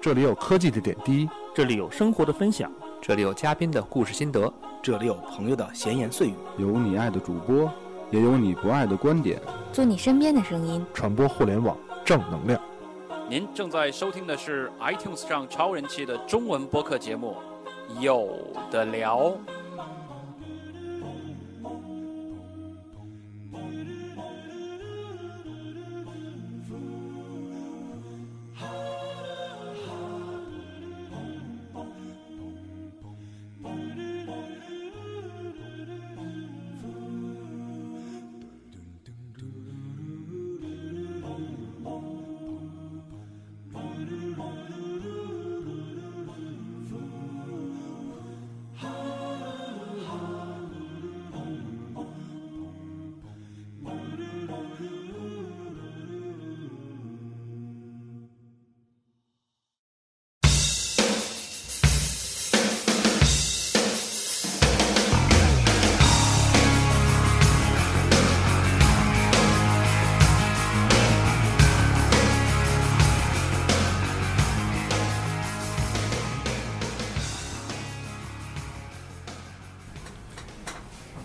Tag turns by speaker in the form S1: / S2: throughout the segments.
S1: 这里有科技的点滴，
S2: 这里有生活的分享，
S3: 这里有嘉宾的故事心得，
S4: 这里有朋友的闲言碎语，
S1: 有你爱的主播，也有你不爱的观点，
S5: 做你身边的声音，
S1: 传播互联网正能量。
S6: 您正在收听的是 iTunes 上超人气的中文播客节目《有的聊》。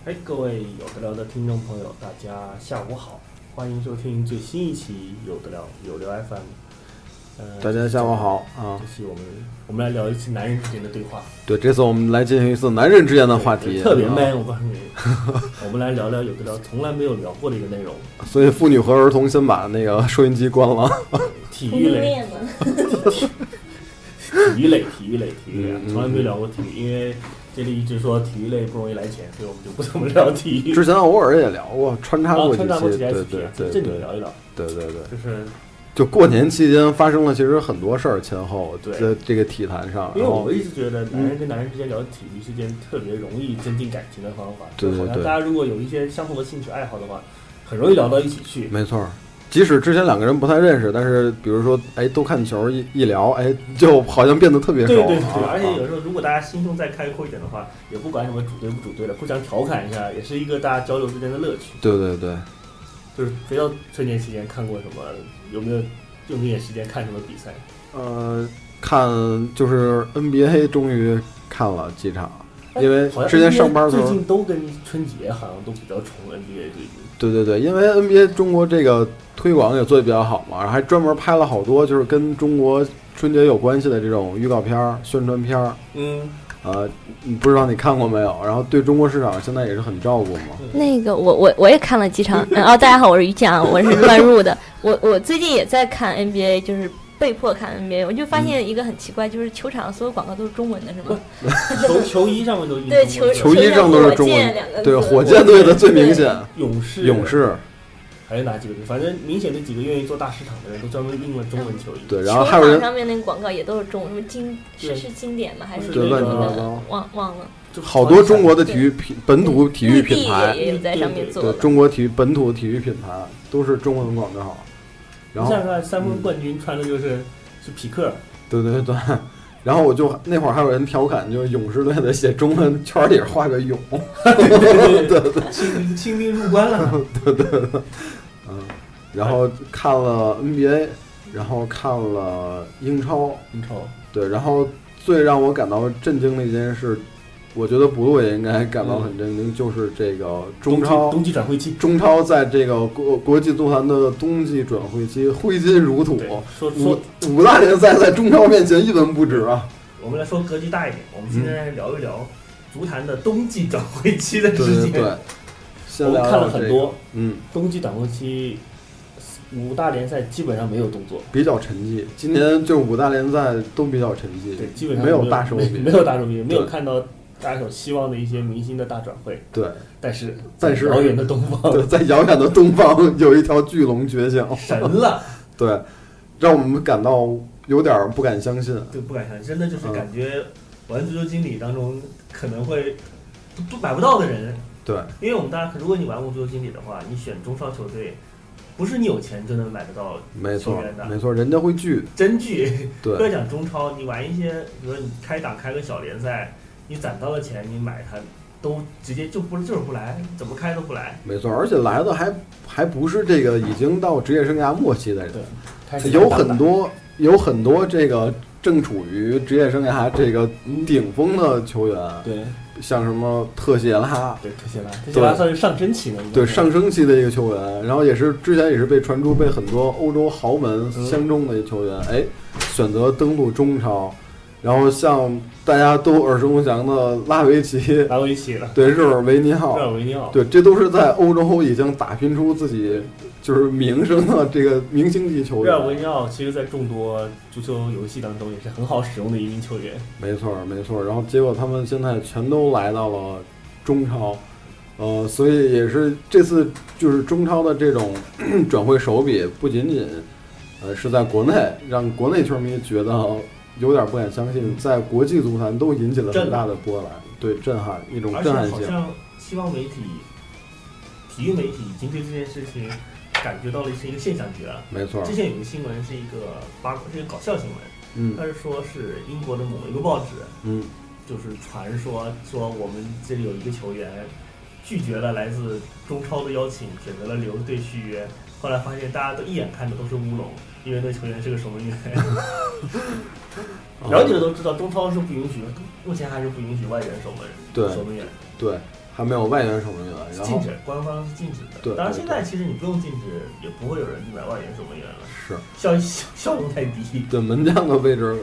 S7: 哎，各位有的聊的听众朋友，大家下午好，欢迎收听最新一期有的聊有聊 FM。呃，
S8: 大家下午好啊
S7: 这！期我们我们来聊一期男人之间的对话，
S8: 对，这次我们来进行一次男人之间的话题，
S7: 特别
S8: 啊
S7: man，我告诉 你，我们来聊聊有的聊从来没有聊过的一个内容，
S8: 所以妇女和儿童先把那个收音机关了。
S7: 体育类
S5: 恋吗？
S7: 体育类，体育类，体育类啊，
S8: 嗯嗯
S7: 从来没有聊过体育，因为这里一直说体育类不容易来钱，所以我们就不怎么聊体育。哦
S8: 之前偶尔也聊过，穿插
S7: 然后
S8: 过几
S7: 穿插过
S8: 期，对
S7: 几
S8: 对
S7: S
S8: 对
S7: P 啊，
S8: 对
S7: 正
S8: 对
S7: 经聊一聊，
S8: 对对，
S7: 就是
S8: 就过年期间发生了其实很多事儿，前后
S7: 对
S8: 在这个体坛上，
S7: 因为
S8: 然
S7: 我
S8: 后嗯
S7: 们一直觉得男人跟男人之间聊体育是件特别容易增进感情的方法，
S8: 对
S7: 就好
S8: 对
S7: 像
S8: 对
S7: 大家如果有一些相同的兴趣爱好的话，很容易聊到一起去。
S8: 没错儿。即使之前两个人不太认识，但是比如说，哎，都看球一一聊，哎，就好像变得特别
S7: 对
S8: 熟
S7: 对对，
S8: 啊
S7: 对而且
S8: 啊
S7: 有时候如果大家心胸再开阔一点的话，也不管什么组队不组队了，互相调侃一下，也是一个大家交流之间的乐趣。
S8: 对对对，
S7: 就是非要春节期间看过什么，有没有用这点时间看什么比赛？
S8: 呃，看就是 NBA 终于看了几场，因为
S7: 好像
S8: 之前上班的时候
S7: 最近都跟春节好像都比较重 NBA 最近。
S8: 对对对，因为 NBA 中国这个推广也做得比较好嘛，然后还专门拍了好多就是跟中国春节有关系的这种预告片儿、宣传片儿。
S7: 嗯，
S8: 呃，你不知道你看过没有？然后对中国市场现在也是很照顾嘛。
S5: 那个我我我也看了 几场，然后大家好，我是于酱，我是乱入的。我我最近也在看 NBA，就是被迫看 NBA，我就发现一个很奇怪，就是球场所有广告都是中文的，是吗？
S7: 球球衣上面都印
S5: 对，
S7: 哦中
S5: 球
S7: 国
S8: 球衣上都是
S5: 球上火
S8: 中文
S5: 箭两个字
S8: 对，火箭队的最明显，
S7: 勇士
S8: 勇士
S7: 还有哪几个队？反正明显那几个愿意做大市场的人都专门印了中文球衣。
S8: 对，然后
S5: 球
S8: 还有
S5: 场
S8: 人
S5: 上面那个广告也都是中文，什么经是
S7: 对
S5: 是经典吗？还是
S7: 对
S5: 那
S7: 乱七八
S5: 个
S8: 糟
S5: 忘忘了？
S7: 就
S8: 好多中国的体育品本土体育品
S5: 绿
S8: 牌，
S5: 地也有在上面做
S8: 对
S5: 的。
S8: 中国体育本土体育品牌都是中文广告。然
S7: 你
S8: 后嗯
S7: 想想看三分冠军穿的就是是匹 克，
S8: 对对对。然后我就那会儿还有人调侃，就是勇士队的写中文圈里画个勇，
S7: 清兵清兵入关 了。
S8: 然后看了 NBA，然后看了英超，
S7: 你瞅，
S8: 对，然后最让我感到震惊的一件事，我觉得不录也应该感到很震惊，就是这个中超，
S7: 冬季转会期，
S8: 中超在这个国国际足坛的冬季转会期挥金如土
S7: 对，，说
S8: 五
S7: 说
S8: 五大联赛在中超面前一文不值啊！
S7: 我们来说格局大一点，我们今天来聊一聊足坛的冬季转会期的
S8: 嗯对
S7: 事
S8: 对
S7: 情。
S8: 对，先
S7: 我
S8: 聊
S7: 们
S8: 聊
S7: 看了很
S8: 这个
S7: 多，
S8: 嗯。
S7: 冬季转会期，五大联赛基本上没有动作，
S8: 比较沉寂。今年就五大联赛都比较沉寂，
S7: 对，基本上
S8: 没
S7: 有
S8: 大手笔，
S7: 没有大手笔，没有
S8: 对
S7: 看到大家有希望的一些明星的大转会。
S8: 对
S7: 但是，
S8: 但是
S7: 遥远的东方
S8: 对，在遥远的东方有一条巨龙觉醒，
S7: 神了，
S8: 对，让我们感到有点儿不敢相信。
S7: 就不敢相信，真的就是感觉玩足球经理当中可能会都都买不到的人，
S8: 对
S7: 因为我们大家，如果你玩过足球经理的话，你选中超球队，不是你有钱就能买得到
S8: 没错
S7: 球员的
S8: 没错，人家会聚，
S7: 真剧。不要
S8: 对
S7: 讲中超，你玩一些，比如说你开打开个小联赛，你攒到了钱，你买它都直接就不就是不来，怎么开都不来。
S8: 没错，而且来的还还不是这个已经到职业生涯末期的人，
S7: 对
S8: 有很多有很多这个正处于职业生涯这个顶峰的球员，
S4: 对
S8: 像什么特谢拉，
S7: 对，特谢拉，特谢
S8: 对
S7: 拉算是上升期了，应该
S8: 对
S7: 是
S8: 上升期的一个球员，然后也是之前也是被传出被很多欧洲豪门相中的一球员，哎，选择登陆中超，然后像大家都耳熟能详的拉维奇，
S7: 拉维奇了，
S8: 对日尔维尼
S7: 厄
S8: 奥，
S7: 尔维尼奥，
S8: 对，这都是在欧洲已经打拼出自己就是名声的这个明星级球
S7: 热尔
S8: 员。
S7: 维尼奥其实，在众多足球游戏当中也是很好使用的一名球员。
S8: 没错儿，没错儿。然后结果他们现在全都来到了中超，呃，所以也是这次就是中超的这种 转会手笔，不仅仅呃是在国内让国内球迷觉得有点不敢相
S7: 嗯
S8: 信，在国际足坛都引起了很大的波澜，对震撼一种
S7: 而且
S8: 震撼
S7: 好
S8: 性。
S7: 像西方媒体、体育媒体已经对这件事情感觉到了是一个现象级了。
S8: 没错儿
S7: 之，前有个新闻是一个八卦，是一个搞笑新闻，
S8: 嗯
S7: 他是说是英国的某一个报纸，
S8: 嗯，
S7: 就是传说说我们这里有一个球员拒绝了来自中超的邀请，选择了留队续约。后来发现大家都一眼看的都是乌龙，因为那球员是个守门员。了解的都知道，中超是不允许，目前还是不允许外援守门
S8: 对
S7: 守门员
S8: 对，还没有外援守门员，
S7: 是
S8: 然
S7: 禁
S8: 后
S7: 止，官方是禁止的。
S8: 对
S7: 当然
S8: 对
S7: 现在其实你不用禁止，也不会有人去买外援守门员了，
S8: 是
S7: 效效 效用太低。
S8: 对门将的位置，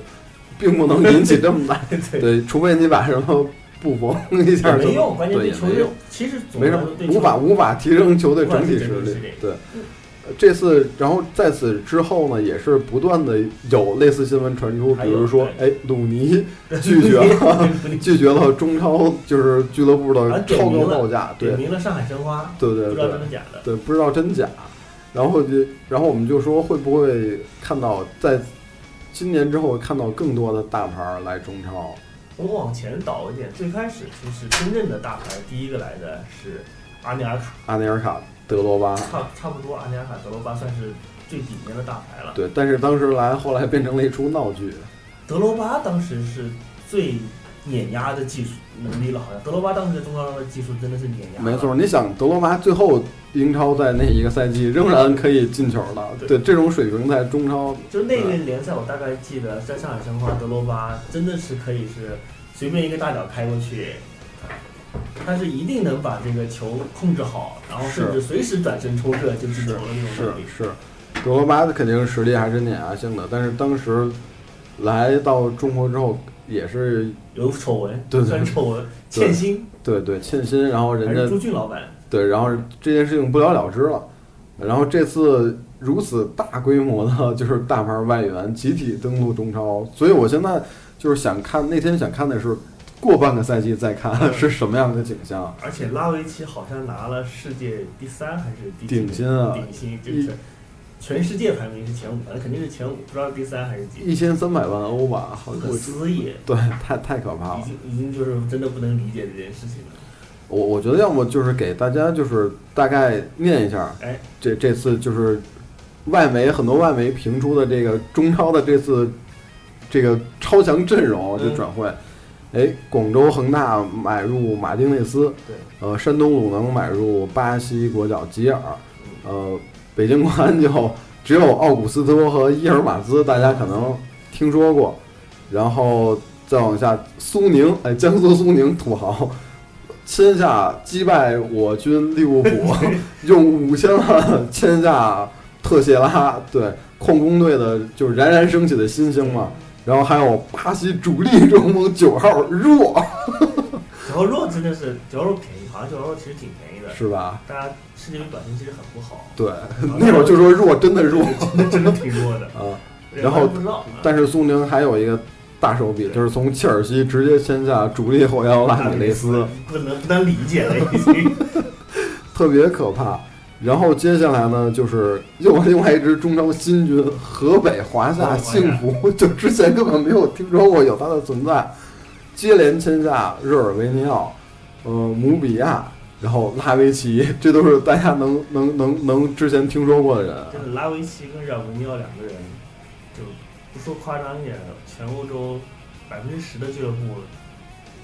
S8: 并不能引起这么大，对，除非你把什么布冯一
S7: 也
S8: 下就
S7: 没用，关键
S8: 对
S7: 对
S8: 也
S7: 球
S8: 没
S7: 队
S8: 用，
S7: 其实总
S8: 没
S7: 的
S8: 什
S7: 来
S8: 么
S7: 说对
S8: 无
S7: 球
S8: 法无法提升球队
S7: 无法
S8: 整体
S7: 提升
S8: 实
S7: 整体
S8: 力
S7: 实力。
S8: 对，呃这次然后在此之后呢，也是不断的有类似新闻传出，
S7: 还
S8: 比
S7: 有
S8: 如说，哎，鲁尼 拒绝啊了
S7: 队
S8: 拒绝了中超就是俱乐部的
S7: 啊点
S8: 超高
S7: 名了
S8: 报价，对
S7: 点名了上海申花，
S8: 对
S7: 不
S8: 对
S7: 知道
S8: 对
S7: 真的假的。
S8: 对，不知道真假。然后就，然后我们就说会不会看到在今年之后看到更多的大牌儿来中超？
S7: 我们往前倒一点，最开始就是真正的大牌，第一个来的是阿内尔卡，
S8: 阿内尔卡、德罗巴，
S7: 差差不多阿内尔卡、德罗巴算是最顶尖的大牌了。
S8: 对，但是当时来后来变成了一出闹剧。
S7: 德罗巴当时是最碾压的技术能力了，好像德罗巴当时在中超的技术真的是碾压。
S8: 没错，，你想德罗巴最后英超在那一个赛季仍然可以进球的，
S7: 对
S8: 对这种水平在中超，
S7: 就那个联赛，我大概记得在上海申花，德罗巴真的是可以是随便一个大脚开过去，他是一定能把这个球控制好，然后甚至随时转身抽射就进球的那种
S8: 是
S7: 能力。
S8: 是，德罗巴肯定实力还是碾压性的，但是当时来到中国之后也是
S7: 有丑闻，
S8: 对对
S7: 算丑闻，
S8: 对
S7: 欠薪
S8: 对对欠薪，然后
S7: 还
S8: 人
S7: 是朱
S8: 家
S7: 俊老板，
S8: 对，然后这件事情不了了之了，然后这次如此大规模的就是大牌外援集体登陆中超，所以我现在就是想看那天想看的是过半个赛季再
S7: 嗯
S8: 看是什么样的景象。
S7: 而且拉维奇好像拿了世界第三还是第几
S8: 顶薪啊
S7: 顶薪就是全世界排名是前五，反正肯定是前五，不知道第三还是几，
S8: 一千三百万欧吧，好
S7: 不
S8: 像
S7: 可思议，
S8: 对，太太可怕
S7: 已
S8: 了。
S7: 经已经就是真的不能理解这件事情了。
S8: 我我觉得要么就是给大家就是大概念一下，
S7: 哎，
S8: 这这次就是外媒很多外媒评出的这个中超的这次这个超强阵
S7: 嗯
S8: 容这转会。哎，广州恒大买入马丁内斯，
S7: 对，
S8: 呃，山东鲁能买入巴西国脚吉尔，呃，北京国安就只有奥古斯托和伊尔马兹，大家可能听说过，然后再往下，苏宁，哎，江苏苏宁土豪签下击败我军利物浦，用五千万签下特谢拉，对，矿工队的就是冉冉升起的新星嘛。然后还有巴西主力中锋九号弱，
S7: 绞肉真的是绞肉便宜，好像绞肉其实挺便宜的。
S8: 是吧？
S7: 大家世界杯表现其实很不好，
S8: 对， 那会儿就说弱，真的弱啊、
S7: 真的真的挺弱的。
S8: 然后
S7: 我也不知道，
S8: 但是苏宁还有一个大手笔，就是从切尔西直接签下主力后腰拉米雷斯，
S7: 不能不能理解了已经。
S8: 特别可怕。然后接下来呢，就是又另外一支中超新军河北哦华夏幸福，就之前根本没有听说过有它的存在，接连签下热尔维尼奥、呃姆比亚，然后拉维奇， 这都是大家能能能能之前听说过的人。
S7: 真的，拉维奇跟冉文尼奥两个人，就不说夸张一点，全欧洲百分之十的俱乐部，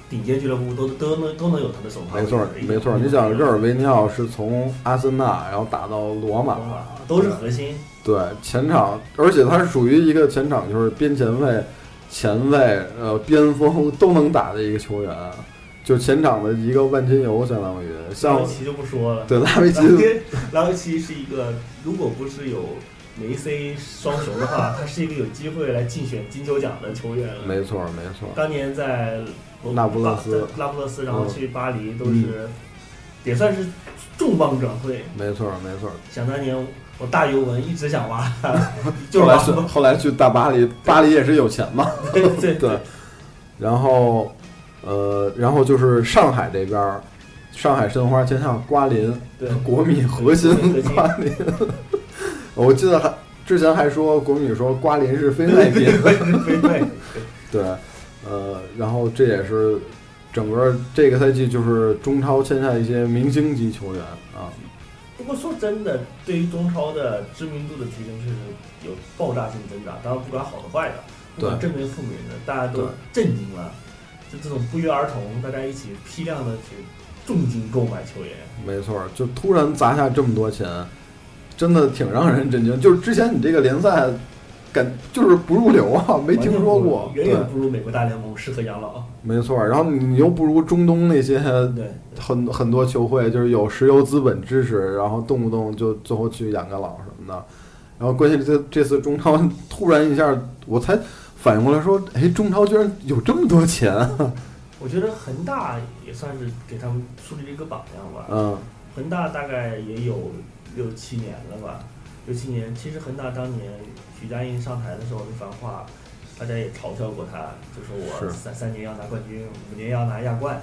S7: 顶尖俱乐部都都能都能有他的首发
S8: 没
S7: 位置。
S8: 错儿，没错儿。你想，热尔维尼奥是从阿森纳然后打到罗马，
S7: 都是核心，
S8: 对前场，而且他是属于一个前场就是边前卫前卫、呃边锋都能打的一个球员，就前场的一个万金油，相当于
S7: 拉
S8: 像
S7: 维奇就不说了，
S8: 对拉维奇
S7: 拉维拉维奇是一个，如果不是有梅西双雄的话，他是一个有机会来竞选金球奖的球员了。
S8: 没错儿没错儿，
S7: 当年在罗
S8: 那不勒斯嗯
S7: 巴在拉布勒斯，然后去巴黎都是、也算是重磅转会。
S8: 没错儿没错儿。
S7: 想当年我大尤文一直想挖他， 就是
S8: 后来
S7: 挖
S8: 去
S7: 不到
S8: 后来去大巴黎，巴黎也是有钱嘛，
S7: 对对
S8: 对，然后呃，然后就是上海这边儿，上海申花签下瓜林，
S7: 对，
S8: 国米核心
S7: 国米核心
S8: 瓜林。 我记得还之前还说国米说瓜林是非卖 品，
S7: 对对，
S8: 对，呃，然后这也是整个这个赛季就是中超签下一些明星级球员啊，
S7: 不过说真的，对于中超的知名度的提升，确实有爆炸性增长。当然，不管好的坏的，不管
S8: 对
S7: 正面负面的，大家都
S8: 对
S7: 震惊了。就这种不约而同，大家一起批量的去重金购买球员，
S8: 没错儿，就突然砸下这么多钱，真的挺让人震惊。就是之前你这个联赛，感就是不入流啊，没听说过
S7: 完。全不如
S8: 对
S7: 远，远不如美国大联盟适合养老。
S8: 没错儿。然后你又不如中东那些
S7: 对，
S8: 很很多球会，就是有石油资本支持，然后动不动就最后去养个老什么的。然后关键这这次中超突然一下，我才反应过来说，哎，中超居然有这么多钱，
S7: 我觉得恒大也算是给他们树立了一个榜样吧。
S8: 嗯，
S7: 恒大大概也有六七年了吧，六七年。其实恒大当年许家印上台的时候那番话，大家也嘲笑过他，就说我
S8: 是
S7: 三三年要拿冠军，五年要拿亚冠，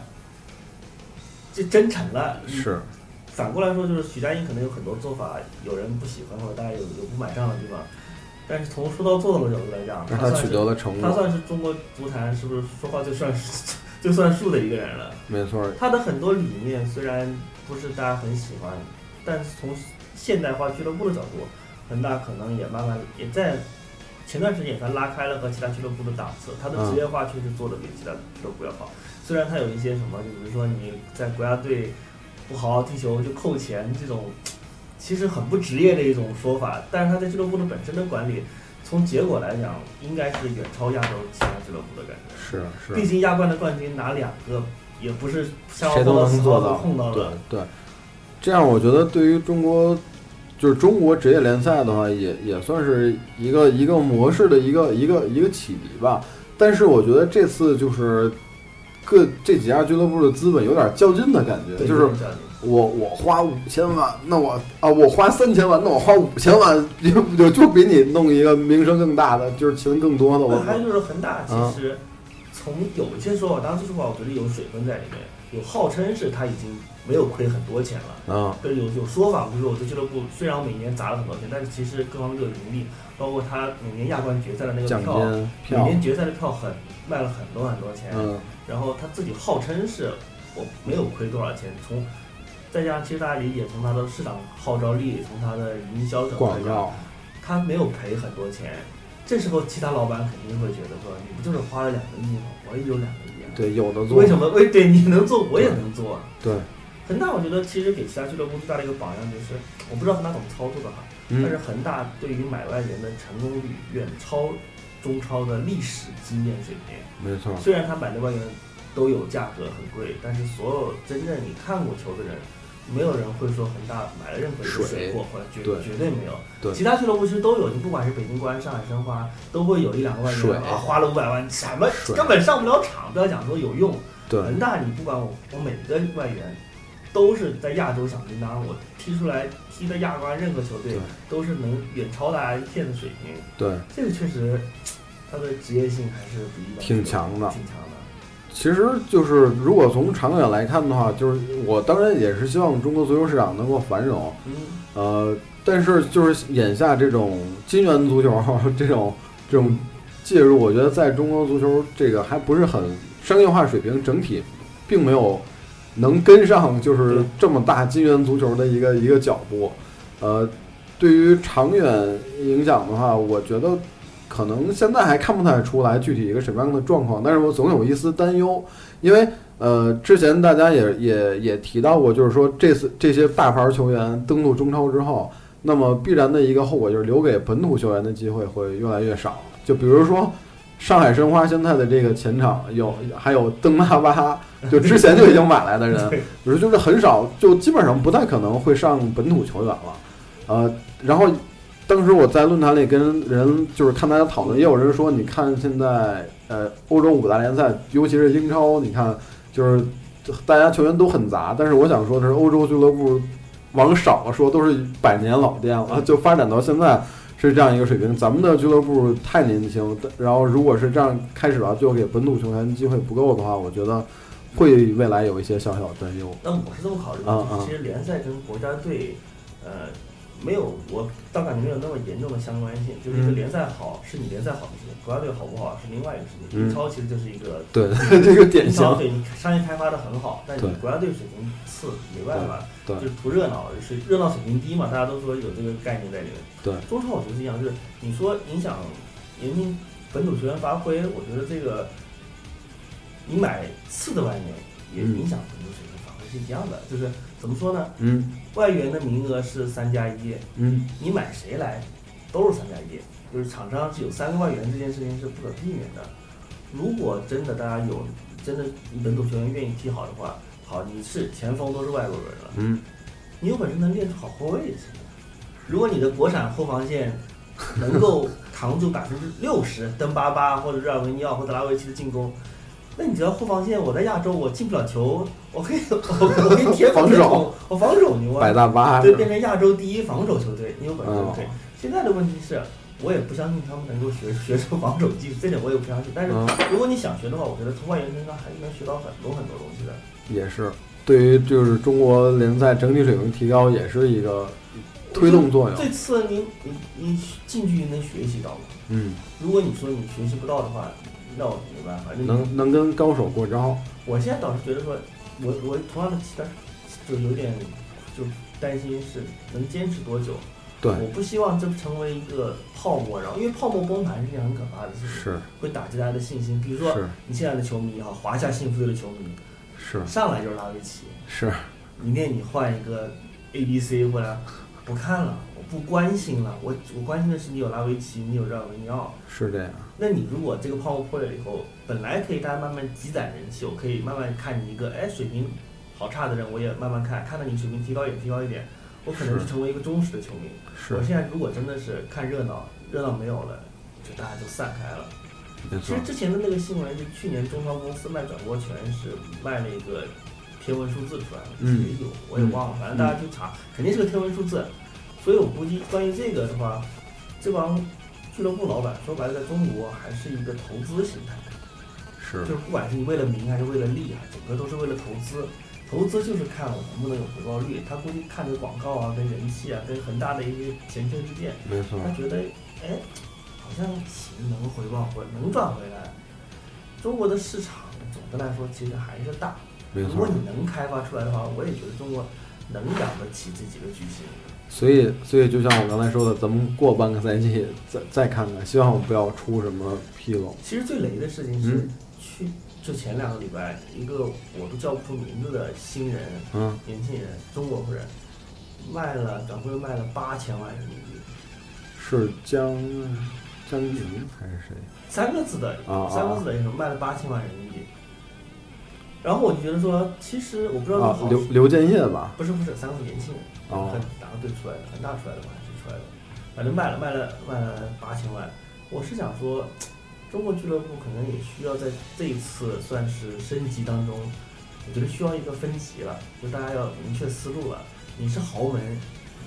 S7: 这真成了。
S8: 是
S7: 反过来说，就是许家印可能有很多做法，有人不喜欢，或者大家有有不买账的地方。但是从说到做到的角度来讲，
S8: 让他
S7: 算
S8: 取
S7: 是
S8: 得了成
S7: 他
S8: 果，
S7: 算是中国足坛是不是 说话就算就算数的一个人了。
S8: 没错儿，
S7: 他的很多理念虽然不是大家很喜欢，但是从现代化俱乐部的角度，恒大可能也慢慢也在前段时间也算拉开了和其他俱乐部的档次，他的职业化确实做的比其他俱乐部要好。虽然他有一些什么，就比如说你在国家队不好好踢球就扣钱这种，其实很不职业的一种说法，但是他在俱乐部的本身的管理，从结果来讲，应该是远超亚洲其他俱乐部的感觉。
S8: 是是。
S7: 毕竟亚冠的冠军拿两个，也不是像
S8: 谁都能做到
S7: 碰到
S8: 对
S7: 的。
S8: 对，这样我觉得对于中国，就是中国职业联赛的话，也也算是一个一个模式的一个一个一个启迪吧。但是我觉得这次就是各这几家俱乐部的资本有点较劲的感觉，
S7: 对
S8: 就是我我花五千万，那我啊我花三千万，那我花五千万，就就就给你弄一个名声更大的，就是钱更多的，我嗯
S7: 还有就是恒大，其实从有一些说法，当时说法我觉得有水分在里面，有号称是他已经没有亏很多钱了。
S8: 啊
S7: 对，有有说法，就是我这俱乐部虽然我每年砸了很多钱，但是其实各方面都有盈利，包括他每年亚冠决赛的那个
S8: 奖
S7: 票，
S8: 金
S7: 每
S8: 票，
S7: 年决赛的票很卖了很多很多钱。
S8: 嗯
S7: 然后他自己号称是我没有亏多少钱，从再加上其实大家理解，从他的市场号召力，从他的营销角度来
S8: 广
S7: 讲，
S8: 告
S7: 他没有赔很多钱。这时候其他老板肯定会觉得说，你不就是花了两个亿吗？我也有两个亿啊，
S8: 对有的做
S7: 为什么？为对你能做，我也能做。
S8: 对
S7: 恒大，我觉得其实给其他俱乐部最大的一个榜样就是，我不知道恒大怎么操作的哈，
S8: 嗯
S7: 但是恒大对于买外援的成功率远超中超的历史经验水平。
S8: 没错
S7: 虽然他买六万元都有价格很贵，但是所有真正你看过球的人，没有人会说恒大买了任何一个水货，或者绝
S8: 对
S7: 绝对没有。
S8: 对
S7: 其他俱乐部其实都有，你不管是北京国安、上海申花，都会有一两个万
S8: 水
S7: 元啊，花了五百万，什么
S8: 水
S7: 根本上不了场，不要讲说有用。
S8: 对。
S7: 恒大你不管我，我每个外援都是在亚洲响叮当，我踢出来踢的亚冠任何球队
S8: 对
S7: 都是能远超大家一片的水平，
S8: 对，
S7: 这个确实。他的职业性还是比一般的
S8: 挺强的
S7: 挺强的。
S8: 其实就是如果从长远来看的话，就是我当然也是希望中国足球市场能够繁荣，
S7: 嗯，
S8: 呃，但是就是眼下这种金元足球 这种这种介入，我觉得在中国足球这个还不是很商业化水平，整体并没有能跟上，就是这么大金元足球的一个一 个脚步。呃，对于长远影响的话，我觉得可能现在还看不太出来具体一个什么样的状况，但是我总有一丝担忧，因为呃，之前大家也也也提到过，就是说这次这些大牌球员登陆中超之后，那么必然的一个后果就是留给本土球员的机会会越来越少。就比如说，上海申花现在的这个前场有还有邓巴巴，就之前就已经买来的人，我说就是很少，就基本上不太可能会上本土球员了。呃，然后当时我在论坛里跟人就是看大家讨论，也有人说，你看现在呃欧洲五大联赛，尤其是英超，你看就是大家球员都很杂，但是我想说的是，欧洲俱乐部往少了说都是百年老店了， 就发展到现在。是这样一个水平，咱们的俱乐部太年轻，然后如果是这样开始了，就给本土球员机会不够的话，我觉得会未来有一些小小的担忧。
S7: 那我是这么考虑
S8: 啊啊
S7: 的，其实联赛跟国家队，呃，没有我倒感觉没有那么严重的相关性，就是一个
S8: 嗯
S7: 联赛好是你联赛好的事情，国家队好不好是另外一个事情。
S8: 嗯
S7: 英超其实就是一个
S8: 对， 这个典
S7: 英
S8: 型
S7: 超，对你商业开发的很好，但你
S8: 对
S7: 国家队水平次，没办法，
S8: 对
S7: 就是图热闹，是热闹水平低嘛，大家都说有这个概念在里面。
S8: 对，
S7: 中超我觉得是一样，就是你说影响人民本土球员发挥，我觉得这个你买次的外援也
S8: 嗯
S7: 影响本土水平发挥是一样的，就是怎么说呢？
S8: 嗯
S7: 外援的名额是三加一，
S8: 嗯，
S7: 你买谁来都是三加一，就是厂商是有三个外援这件事情是不可避免的。如果真的大家有真的本土球员愿意踢好的话，好，你是前锋都是外国人了，
S8: 嗯，
S7: 你有本事能练出好后卫也行啊。如果你的国产后防线能够扛住百分之六十登巴巴或者热尔维尼奥或者拉维奇的进攻，那你只要后防线我在亚洲我进不了球，我可以 我我可以贴
S8: 防守
S7: 贴桶我防守牛啊，
S8: 百大巴
S7: 对，变成亚洲第一防守球队，你有本事
S8: 嗯
S7: 对。现在的问题是，我也不相信他们能够学 学出防守技术，这点我也不相信。但是
S8: 嗯
S7: 如果你想学的话，我觉得从外援身上还是能学到很多很多东西的。
S8: 也是对于就是中国联赛整体水平提高也是一个推动作用。
S7: 最次你你你近距离能学习到吗？
S8: 嗯，
S7: 如果你说你学习不到的话，那我没办法。那你
S8: 能能跟高手过招。
S7: 我现在倒是觉得说，我我同样的期待，就有点就担心是能坚持多久。
S8: 对，
S7: 我不希望这成为一个泡沫，然后因为泡沫崩盘是一件很可怕的事情，
S8: 是
S7: 会打击大家的信心。比如说，
S8: 是
S7: 你现在的球迷也好，华夏幸福队的球迷
S8: 是
S7: 上来就是拉维奇，
S8: 是，
S7: 明天你换一个 A B C 过来，不看了，我不关心了，我我关心的是你有拉维奇，你有热尔维尼奥。
S8: 是这样。
S7: 那你如果这个泡沫破裂了以后，本来可以大家慢慢积攒人气，我可以慢慢看你一个哎水平好差的人，我也慢慢看，看到你水平提高也提高一点，我可能
S8: 是
S7: 就成为一个忠实的球迷。
S8: 是
S7: 我现在如果真的是看热闹，热闹没有了，就大家就散开了。
S8: 没
S7: 其
S8: 错
S7: 实。之前的那个新闻，就去年中超公司卖转播权是卖了一个天文数字出来了，
S8: 嗯
S7: 也有我也忘了，反正大家去查，肯定是个天文数字。所以我估计关于这个的话，这帮俱乐部老板说白了，在中国还是一个投资形态，
S8: 是
S7: 就是不管是你为了名还是为了利啊，整个都是为了投资。投资就是看我能不能有回报率，他估计看这广告啊、跟人气啊、跟恒大的一些前车之鉴，啊
S8: 没错。
S7: 他觉得，哎，好像行，能回报回，能赚回来。中国的市场总的来说其实还是大，
S8: 没
S7: 如
S8: 错
S7: 果。你能开发出来的话，我也觉得中国能养得起这几个巨星。
S8: 所以，所以就像我刚才说的，咱们过半个赛季再再看看，希望不要出什么纰漏。
S7: 其实最雷的事情是
S8: 嗯，
S7: 去就前两个礼拜，一个我都叫不出名字的新人、
S8: 嗯，
S7: 年轻人、中国人，卖了转会卖了八千万人民币，
S8: 是江江一宁还是谁？
S7: 三个字的
S8: 啊啊
S7: 三个字的一首卖了八千万人民币。然后我就觉得说，其实我不知道
S8: 啊
S7: 是好，
S8: 刘刘建业吧？
S7: 不是不是，三个年轻人，
S8: 哦
S7: 很哪个队出来的，很大出来的吧，还是出来的，反正卖了卖了卖了八千万。我是想说，中国俱乐部可能也需要在这一次算是升级当中，我觉得需要一个分级了，就大家要明确思路了。你是豪门，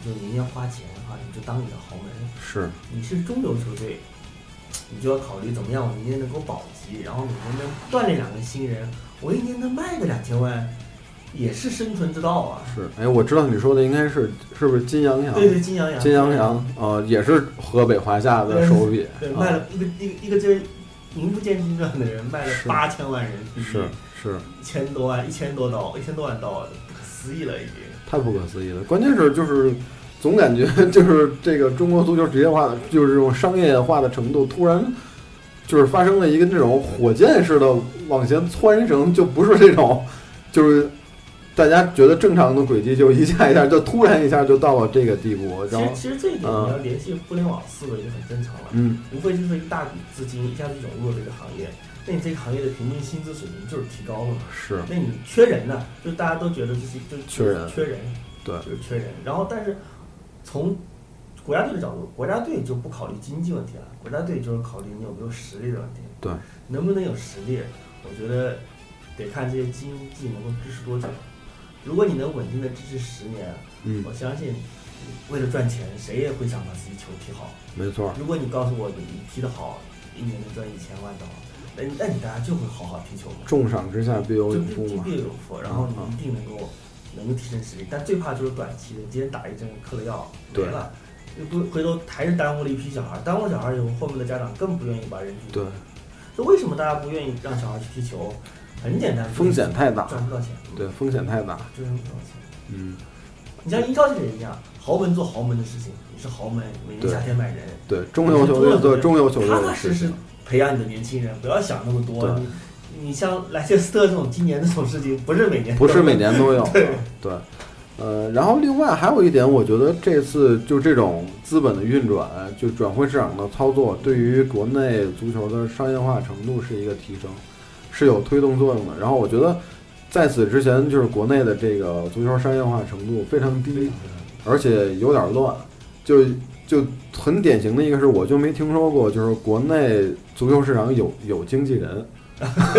S7: 你就明年花钱的话，你就当你的豪门；
S8: 是
S7: 你是中流球队，你就要考虑怎么样我明年能够保级，然后每年能锻炼两个新人，我一年能卖个两千万，也是生存之道啊。
S8: 是，哎，我知道你说的应该是是不是金阳洋？
S7: 对对，金洋洋，
S8: 啊金阳洋，呃，也是河北华夏的手笔
S7: 对，
S8: 啊
S7: 卖了一个一个一个这名不见经传的人，卖了
S8: 是
S7: 八千万人民币，
S8: 是是，
S7: 一千多万，一千多刀，一千多万刀，不可思议了已经。
S8: 太不可思议了。关键是就是。总感觉就是这个中国足球职业化的，就是这种商业化的程度，突然就是发生了一个这种火箭似的往前蹿升，就不是这种就是大家觉得正常的轨迹就一下一下就突然一下就到了这个地步，
S7: 其
S8: 然
S7: 实
S8: 后
S7: 其实这一点
S8: 嗯
S7: 你要联系互联网思维就很正常了，
S8: 嗯
S7: 无非就是一大笔资金一下子涌入了这个行业，那你这个行业的平均薪资水平就是提高了嘛。
S8: 是
S7: 那你缺人呢，就是大家都觉得就是就是
S8: 缺人
S7: 缺人，
S8: 对
S7: 就是缺人。然后，但是从国家队的角度，国家队就不考虑经济问题了，国家队就是考虑你有没有实力的问题。
S8: 对，
S7: 能不能有实力，我觉得得看这些经济能够支持多久。如果你能稳定的支持十年，
S8: 嗯
S7: 我相信为了赚钱，谁也会想把自己球踢好。
S8: 没错儿，
S7: 如果你告诉我你踢得好，一年能赚一千万的话，那那你大家就会好好踢球嘛。
S8: 重赏之下必有
S7: 就
S8: 勇
S7: 必
S8: 夫
S7: 就
S8: 嘛
S7: 必，有勇夫，然后你一定能够能够提升实力，但最怕就是短期的，今天打一针嗑了药没
S8: 对
S7: 了，又不回头还是耽误了一批小孩，耽误小孩以后，后面的家长更不愿意把人去。
S8: 对，，
S7: 就为什么大家不愿意让小孩去踢球？很简单，
S8: 风险太大，
S7: 赚不到钱，
S8: 对，风险太大，
S7: 就是赚不到钱。
S8: 嗯，
S7: 你像英超这人一样，豪门做豪门的事情，你是豪门，每年
S8: 对
S7: 夏天买人，
S8: 对，中游球队做中游球队
S7: 踏
S8: 的
S7: 踏实
S8: 事
S7: 实
S8: 情，
S7: 培养你的年轻人，不要想那么多。
S8: 对
S7: 你你像莱切斯特这种今年这种事情，不是每年
S8: 不
S7: 都
S8: 是每年 都有的，对。呃，然后另外还有一点，我觉得这次就这种资本的运转，就转会市场的操作，对于国内足球的商业化程度是一个提升，是有推动作用的。然后我觉得在此之前，就是国内的这个足球商业化程度非常低，而且有点乱，就就很典型的一个是，我就没听说过，就是国内足球市场有有经纪人，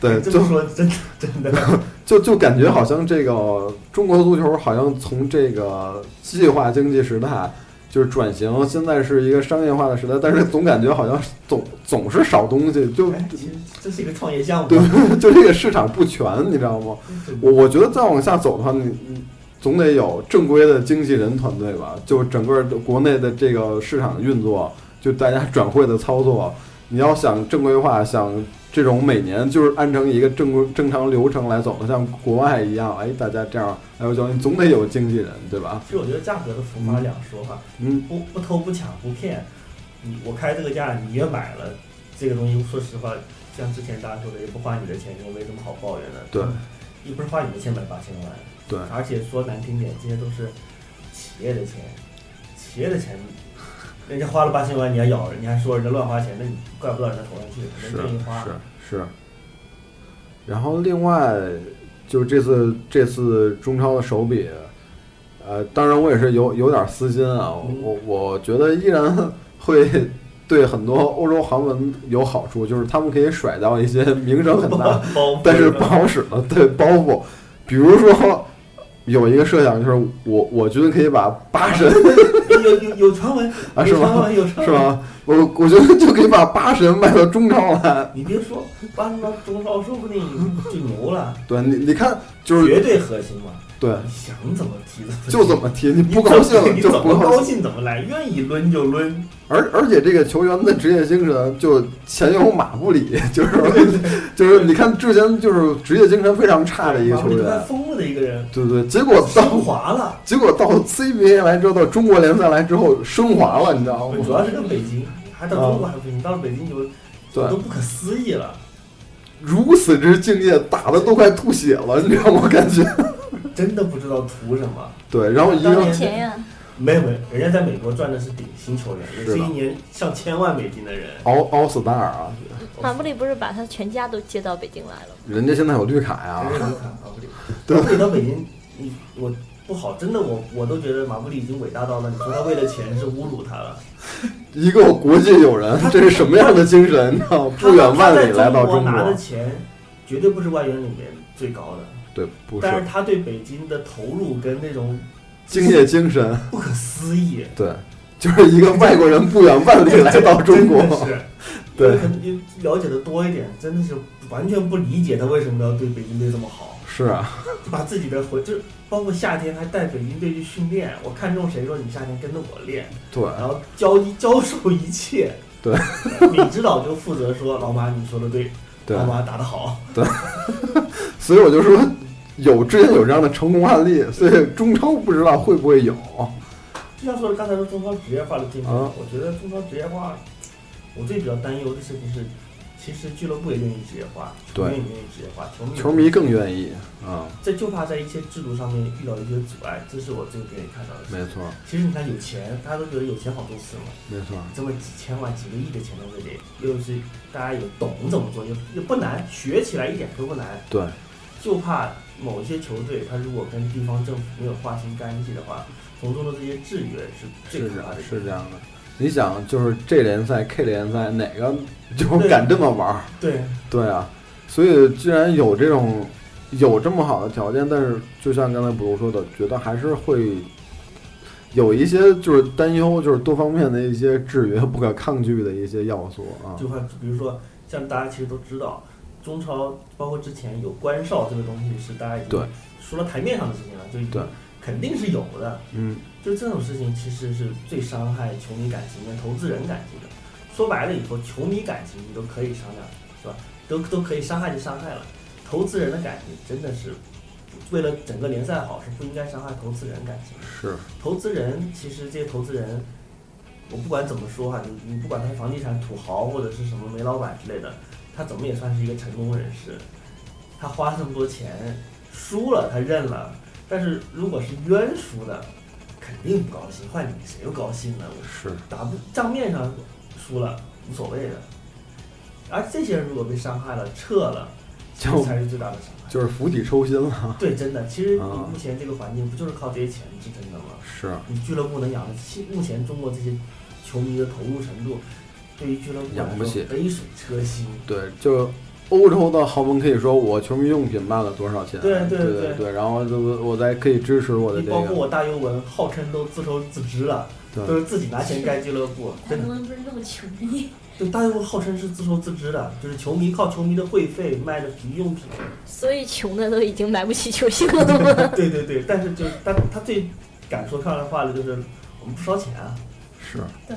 S8: 对，
S7: 这
S8: 就
S7: 么说真的真的，
S8: 就就感觉好像这个中国足球好像从这个计划经济时代就是转型，现在是一个商业化的时代，但是总感觉好像总总是少东西，就
S7: 哎，其实这是一个创业项目。
S8: 对， 就这个市场不全，你知道吗？我我觉得再往下走的话，你你总得有正规的经纪人团队吧？就整个国内的这个市场运作，就大家 转会的操作，你要想正规化，想这种每年就是按成一个正规正常流程来走的，像国外一样，哎，大家这样来回交易，你总得有经纪人，对吧？
S7: 其实我觉得价格的浮夸两说哈，
S8: 嗯，
S7: 不不偷不抢不骗，你我开这个价，你越买了这个东西，说实话，像之前大家说的，也不花你的钱，你也没什么好抱怨的。
S8: 对，
S7: 又不是花你的钱买八千万，
S8: 对，
S7: 而且说难听点，这些都是企业的钱，企业的钱，人家花了八千万，你还咬人，你还说人家乱花钱，那你怪不到人家头上去，人
S8: 是
S7: 家愿意 花。
S8: 是是。然后另外就是这次这次中超的手笔，呃，当然我也是有有点私心啊，我我觉得依然会对很多欧洲豪门有好处，就是他们可以甩掉一些名声很大
S7: 包包，
S8: 但是不好使的对包袱，比如说。有一个设想就是我，我觉得可以把八神
S7: 有有有有传闻
S8: 啊是
S7: 有
S8: 吗
S7: 传闻有传闻
S8: 是？吧？我我觉得就可以把八神卖到中超来，
S7: 你别说，八十八中超说不定就牛了，
S8: 对你，你看，就是
S7: 绝对核心嘛。
S8: 对，
S7: 你想怎么踢怎么踢
S8: 就怎么踢，
S7: 你
S8: 你不高兴
S7: 你
S8: 就
S7: 怎
S8: 不
S7: 么
S8: 高
S7: 高
S8: 兴。
S7: 兴怎么来，愿意抡就抡。
S8: 而而且这个球员的职业精神就前有马布里，就是就是你看之前就是职业精神非常差的一个
S7: 马布里
S8: 球
S7: 都快
S8: 员，
S7: 疯了的一个人，
S8: 对对，结果
S7: 升
S8: 到
S7: 华了，
S8: 结果到 CBA 来之后，到中国联赛来之后升华了，你知道
S7: 主
S8: 吗？
S7: 要是跟北京，还到中国还不行，到了北京就
S8: 啊对
S7: 都不可思议了，
S8: 如此之敬业，打的都快吐血了，你知道吗？感觉
S7: 真的不知道图什么。
S8: 对，然后一
S7: 当
S8: 个
S7: 年
S5: 钱呀，
S7: 没有没有，人家在美国赚的是顶薪球员，也
S8: 是
S7: 是一
S8: 的
S7: 年上千万美金的人。
S8: 奥奥斯达尔啊，
S5: 马布里不是把他全家都接到北京来了吗？
S8: 人家现在有绿卡呀
S7: 真，是卢卡马布里，
S8: 啊对
S7: 马布里到北京，你我不好，真的我我都觉得马布里已经伟大到了，你说他为了钱是侮辱他了。
S8: 一个国际友人，这是什么样的精神？你知道吗？
S7: 他
S8: 不远万里来到
S7: 他在中
S8: 中
S7: 国拿
S8: 国
S7: 的，钱绝对不是外援里面最高的，
S8: 对，不
S7: 但
S8: 是
S7: 是他对北京的投入跟那种
S8: 敬业精神，
S7: 不可思议，
S8: 对，就是一个外国人不远万里来到 中国，
S7: 真的是，
S8: 对
S7: 可能你了解的多一点，真的是完全不理解他为什么要对北京队这么好。
S8: 是啊，
S7: 把自己的回，就是包括夏天还带北京队去训练。我看中谁说你夏天跟着我练，
S8: 对，
S7: 然后教一教授一切。
S8: 对，
S7: 米指导就负责说老马你说的对，
S8: 对
S7: 老马打得好。
S8: 所以我就说有之前有这样的成功案例，所以中超不知道会不会有，
S7: 就像说刚才说中超职业化的这一面，
S8: 啊
S7: 我觉得中超职业化，我最比较担忧的事情是其实俱乐部也愿意职业化，球
S8: 对
S7: 员也愿意职业化，球迷也
S8: 球迷更愿意啊、
S7: 这就怕在一些制度上面遇到一些阻碍，这是我最不愿意看到的。
S8: 没错，
S7: 其实你看有钱，大家都觉得有钱好做事嘛，
S8: 没错，
S7: 这么几千万、几个亿的钱在这里，又是大家也懂怎么做，也也不难，学起来一点都不难。
S8: 对，
S7: 就怕某些球队，他如果跟地方政府没有划清干系的话，从中的这些制约是最
S8: 是
S7: 可怕的。
S8: 的，是这样的。你想，就是这联赛、K 联赛哪个就敢这么玩儿？
S7: 对，
S8: 对啊，所以既然有这种有这么好的条件，但是就像刚才补如说的，觉得还是会有一些就是担忧，就是多方面的一些制约、不可抗拒的一些要素啊。
S7: 就怕比如说像大家其实都知道，中超包括之前有官哨这个东西是大家已
S8: 对
S7: 经说到台面上的事情了，就已经
S8: 对
S7: 肯定是有的。
S8: 嗯，
S7: 就这种事情其实是最伤害球迷感情跟投资人感情的。说白了以后，球迷感情你都可以商量，是吧？都都可以伤害就伤害了，投资人的感情真的是为了整个联赛好，是不应该伤害投资人感情的。
S8: 是
S7: 投资人其实这些投资人，我不管怎么说哈、你你不管他是房地产土豪或者是什么煤老板之类的，他怎么也算是一个成功人士。他花了这么多钱，输了他认了，但是如果是冤输的，肯定不高兴，换你谁又高兴呢？
S8: 是，
S7: 打不账面上输了无所谓的，而这些人如果被伤害了、撤了，这
S8: 就
S7: 才是最大的伤害。
S8: 就是釜底抽薪了。
S7: 对，真的，其实你
S8: 啊
S7: 目前这个环境不就是靠这些钱支撑的吗？
S8: 是，
S7: 你俱乐部能养得起？目前中国这些球迷的投入程度，对于俱乐部来
S8: 养不
S7: 说
S8: 起
S7: 杯水车薪。
S8: 对，就欧洲的豪门可以说我球迷用品卖了多少钱？
S7: 对
S8: 对
S7: 对
S8: 对
S7: 对
S8: 然后就我再可以支持我的
S7: 你
S8: 这
S7: 包括
S8: 个，
S7: 我大尤文，号称都自筹自支了，都
S8: 对
S7: 是自己拿钱盖俱乐部，真的。
S5: 们不是那么穷的，
S7: 对，大尤文号称是自筹自支的，就是球迷靠球迷的会费卖的体育用品。
S5: 所以穷的都已经买不起球星了吗？
S7: 对对对，但是就是他他最敢说漂亮话的就是我们不烧钱啊。
S8: 是，
S5: 对。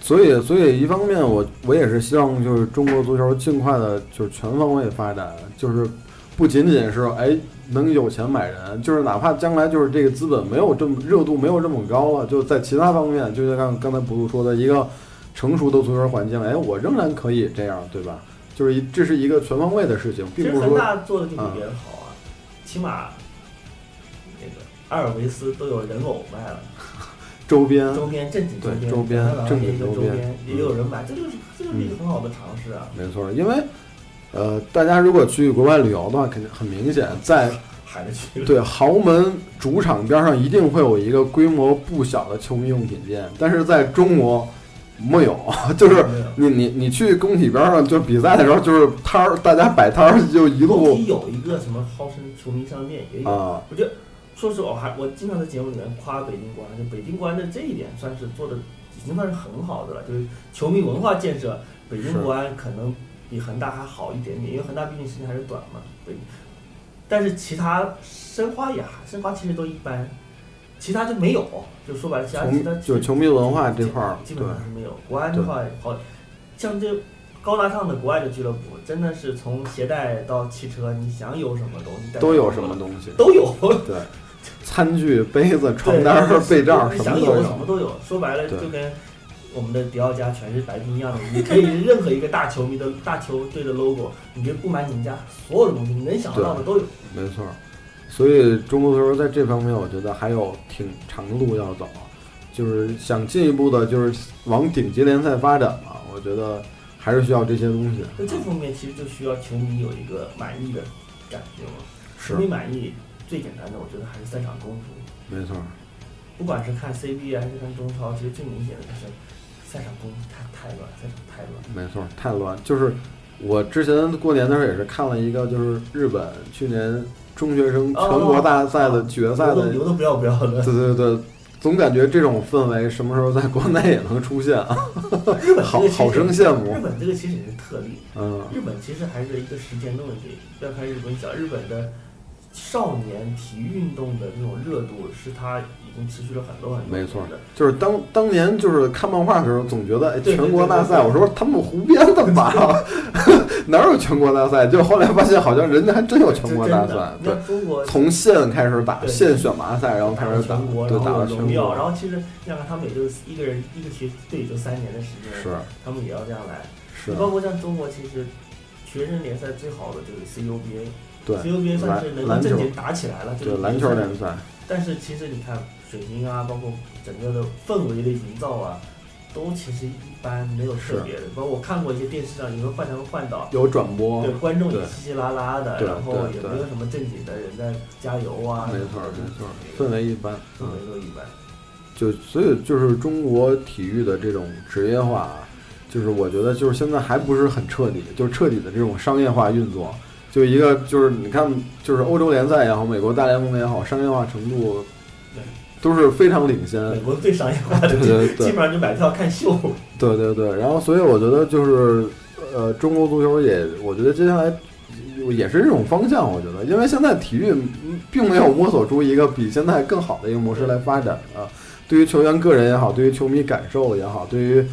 S8: 所以，所以一方面我，我也是希望就是中国足球尽快的，就是全方位发展，就是不仅仅是哎能有钱买人，就是哪怕将来就是这个资本没有这么热度没有这么高了，就在其他方面，就像刚刚才不露说的一个成熟的足球环境，哎，我仍然可以这样，对吧？就是一这是一个全方位的事情，
S7: 其
S8: 并
S7: 实
S8: 不是
S7: 恒
S8: 说
S7: 大做的就比别人好啊，起码那个阿尔维斯都有人偶卖了。
S8: 周边
S7: 周边正经周
S8: 对
S7: 边，
S8: 周边正
S7: 正
S8: 经
S7: 一个
S8: 周
S7: 周
S8: 边嗯
S7: 也有人买，这就是这就是一个很好的尝试啊。
S8: 没错，因为呃，大家如果去国外旅游的话，肯定很明显，在
S7: 海的去了，
S8: 对豪门主场边上一定会有一个规模不小的球迷用品店，但是在中国没有， 就是
S7: 没有
S8: 你你你去工体边上，就是比赛的时候，就是摊儿，大家摆摊儿就一
S7: 后
S8: 路
S7: 期有一个什么号称球迷商店也有。
S8: 啊，
S7: 我觉得，说实话，我还我经常在节目里面夸北京国安，就北京国安的这一点算是做的已经算是很好的了，就是球迷文化建设，北京国安可能比恒大还好一点点，因为恒大毕竟时间还是短嘛。北，但是其他申花也还，申花其实都一般，其他就没有，就说白了，其他
S8: 球
S7: 其
S8: 迷
S7: 他
S8: 就是球迷文化这块儿，
S7: 基
S8: 对
S7: 本上是没有。国安的话，好像这高大上的国外的俱乐部，真的是从鞋带到汽车，你想有什么东西
S8: 都有什么东西，
S7: 都有，
S8: 对，餐具、杯子、床
S7: 对
S8: 单儿
S7: 就、是
S8: 被罩
S7: 你
S8: 什
S7: 想
S8: 么都
S7: 有什
S8: 有
S7: 么，都有。说白了，
S8: 对
S7: 就跟我们的迪奥家全是白冰一样的，你可以任何一个大球迷的 大球队的 logo，你就不瞒你们家所有的东西，你能想得到的都有。
S8: 没错。所以中国足球在这方面，我觉得还有挺长的路要走，就是想进一步的，就是往顶级联赛发展嘛。我觉得还是需要这些东西。
S7: 那这方面其实就需要球迷有一个满意的感觉嘛。
S8: 是
S7: 球迷满意最简单的，我觉得还是赛场公平。
S8: 没错，
S7: 不管是看 CBA 还是看中超，其实最明显的就是赛场公平太太乱，赛场太乱。
S8: 没错，太乱。就是我之前过年的时候也是看了一个，就是日本去年中学生全国大赛的决赛
S7: 流
S8: 的
S7: 都流都不要不要的。
S8: 对对对，总感觉这种氛围什么时候在国内也能出现啊？
S7: 日本
S8: 好
S7: 这个其实
S8: 好生羡慕
S7: 日本这个其实也是特例，
S8: 嗯，
S7: 日本其实还是一个时间的问题。要看日本讲日本的少年体育运动的这种热度，是它已经持续了很多很多
S8: 没错
S7: 年的。
S8: 就是当当年就是看漫画的时候，总觉得哎，
S7: 对对
S8: 全国大
S7: 对
S8: 赛，
S7: 对
S8: 我说他们胡编的 吧，哪有全国大赛？就后来发现好像人家还真有全
S7: 这
S8: 国
S7: 真
S8: 大赛
S7: 的，，你
S8: 对，
S7: 看中国
S8: 从县开始打，
S7: 对
S8: 县选拔赛，然后
S7: 打
S8: 开
S7: 到
S8: 始打
S7: 全，国，
S8: 对，
S7: 然
S8: 打
S7: 后
S8: 到
S7: 有
S8: 全
S7: 荣耀，然
S8: 国，
S7: 后其实你想看他们也就是一个人一个学队也就三年的时间，
S8: 是
S7: 他们也要这样来。
S8: 是
S7: 你包括像中国，其实学生联赛最好的就是 CUBA，CUBA
S8: 对
S7: 算是能
S8: 篮
S7: 够正
S8: 球
S7: 经打起来了，这
S8: 对
S7: 个
S8: 篮球联赛，
S7: 但是其实你看水平啊，包括整个的氛围的营造啊，都其实一般，没有特别的。包括我看过一些电视上，你说换成换到，
S8: 有转播
S7: 对，观众也
S8: 哦对
S7: 稀稀拉拉的，
S8: 对
S7: 然后
S8: 对
S7: 也
S8: 对
S7: 没有什么正经的人在加油啊，
S8: 没错儿没错儿，氛围一般，
S7: 氛
S8: 嗯，
S7: 围都一般。
S8: 就所以就是中国体育的这种职业化啊，就是我觉得就是现在还不是很彻底，就是彻底的这种商业化运作。就一个就是你看，就是欧洲联赛也好，美国大联盟也好，商业化程度
S7: 对
S8: 都是非常领先。
S7: 美国最商业化的，
S8: 对对 对
S7: 基本上就买票看秀。
S8: 对对对，然后所以我觉得就是，呃，中国足球也，我觉得接下来也是这种方向。我觉得，因为现在体育嗯并没有摸索出一个比现在更好的一个模式来发展啊。对于球员个人也好，对于球迷感受也好，对于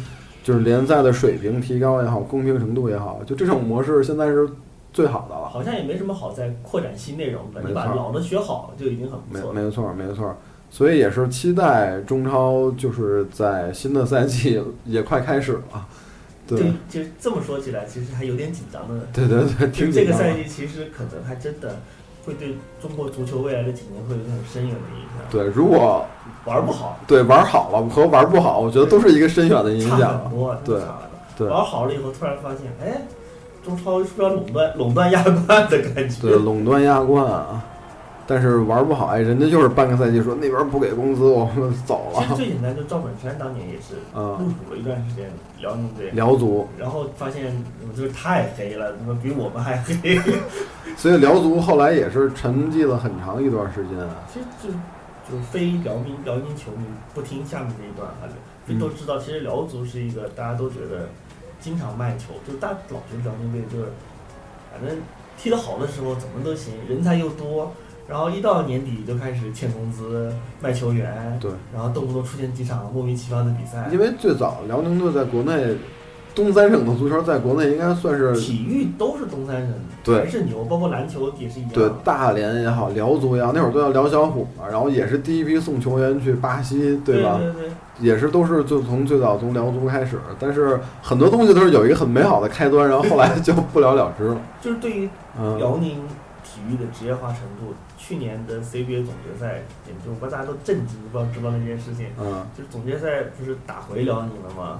S8: 就是联赛的水平提高也好，公平程度也好，就这种模式现在是最好的了。
S7: 好像也没什么好再扩展新内容的，
S8: 没
S7: 你把
S8: 错
S7: 老的学好就已经很不
S8: 没
S7: 错了。
S8: 没错儿，没错儿。所以也是期待中超就是在新的赛季也快开始了。对
S7: 对，就这么说起来，其实还有点紧张的呢。
S8: 对对对，
S7: 就
S8: 挺
S7: 这
S8: 紧
S7: 个
S8: 张的。
S7: 赛季，其实可能还真的会对中国足球未来的几年会有很深远的影响。
S8: 对，如果
S7: 玩不好，
S8: 对玩好了和玩不好，我觉得都是一个深远的影
S7: 差
S8: 响
S7: 很。多，真的
S8: 对
S7: 差很多
S8: 对
S7: 玩好了以后，突然发现，哎，中超是不是要垄断垄断亚冠的感觉？
S8: 对，垄断亚冠啊，但是玩不好，哎，人家就是半个赛季说那边不给工资，我们走
S7: 其实
S8: 了。
S7: 最简单，就赵本山当年也是入
S8: 嗯，呃
S7: 股了一段时间辽宁队，
S8: 辽足，
S7: 然后发现我们这太黑了，怎么比我们还黑？
S8: 所以辽足后来也是沉寂了很长一段时间啊。
S7: 其实就就非辽宁辽宁球迷不听下面这一段啊，
S8: 嗯
S7: 非都知道，其实辽足是一个大家都觉得经常卖球，就大家老觉得辽宁队就是反正踢得好的时候怎么都行，人才又多，然后一到年底就开始欠工资、卖球员，
S8: 对，
S7: 然后动不动出现几场莫名其妙的比赛
S8: 因。为最早辽宁队在国内，东三省的足球在国内应该算是
S7: 体育都是东三省，
S8: 对
S7: 全是牛，包括篮球也是一样。
S8: 对大连也好，辽足也好，那会儿都叫辽小虎嘛，然后也是第一批送球员去巴西，
S7: 对
S8: 吧？
S7: 对对，
S8: 也是都是就从最早从辽足开始，但是很多东西都是有一个很美好的开端，然后后来就不了了之了。
S7: 就是对于
S8: 嗯，
S7: 辽宁体育的职业化程度，去年的 CBA 总决赛，简直我不知道大家都震惊，不知道知不知道那件事情，
S8: 嗯，
S7: 就是总决赛不是打回辽宁了吗？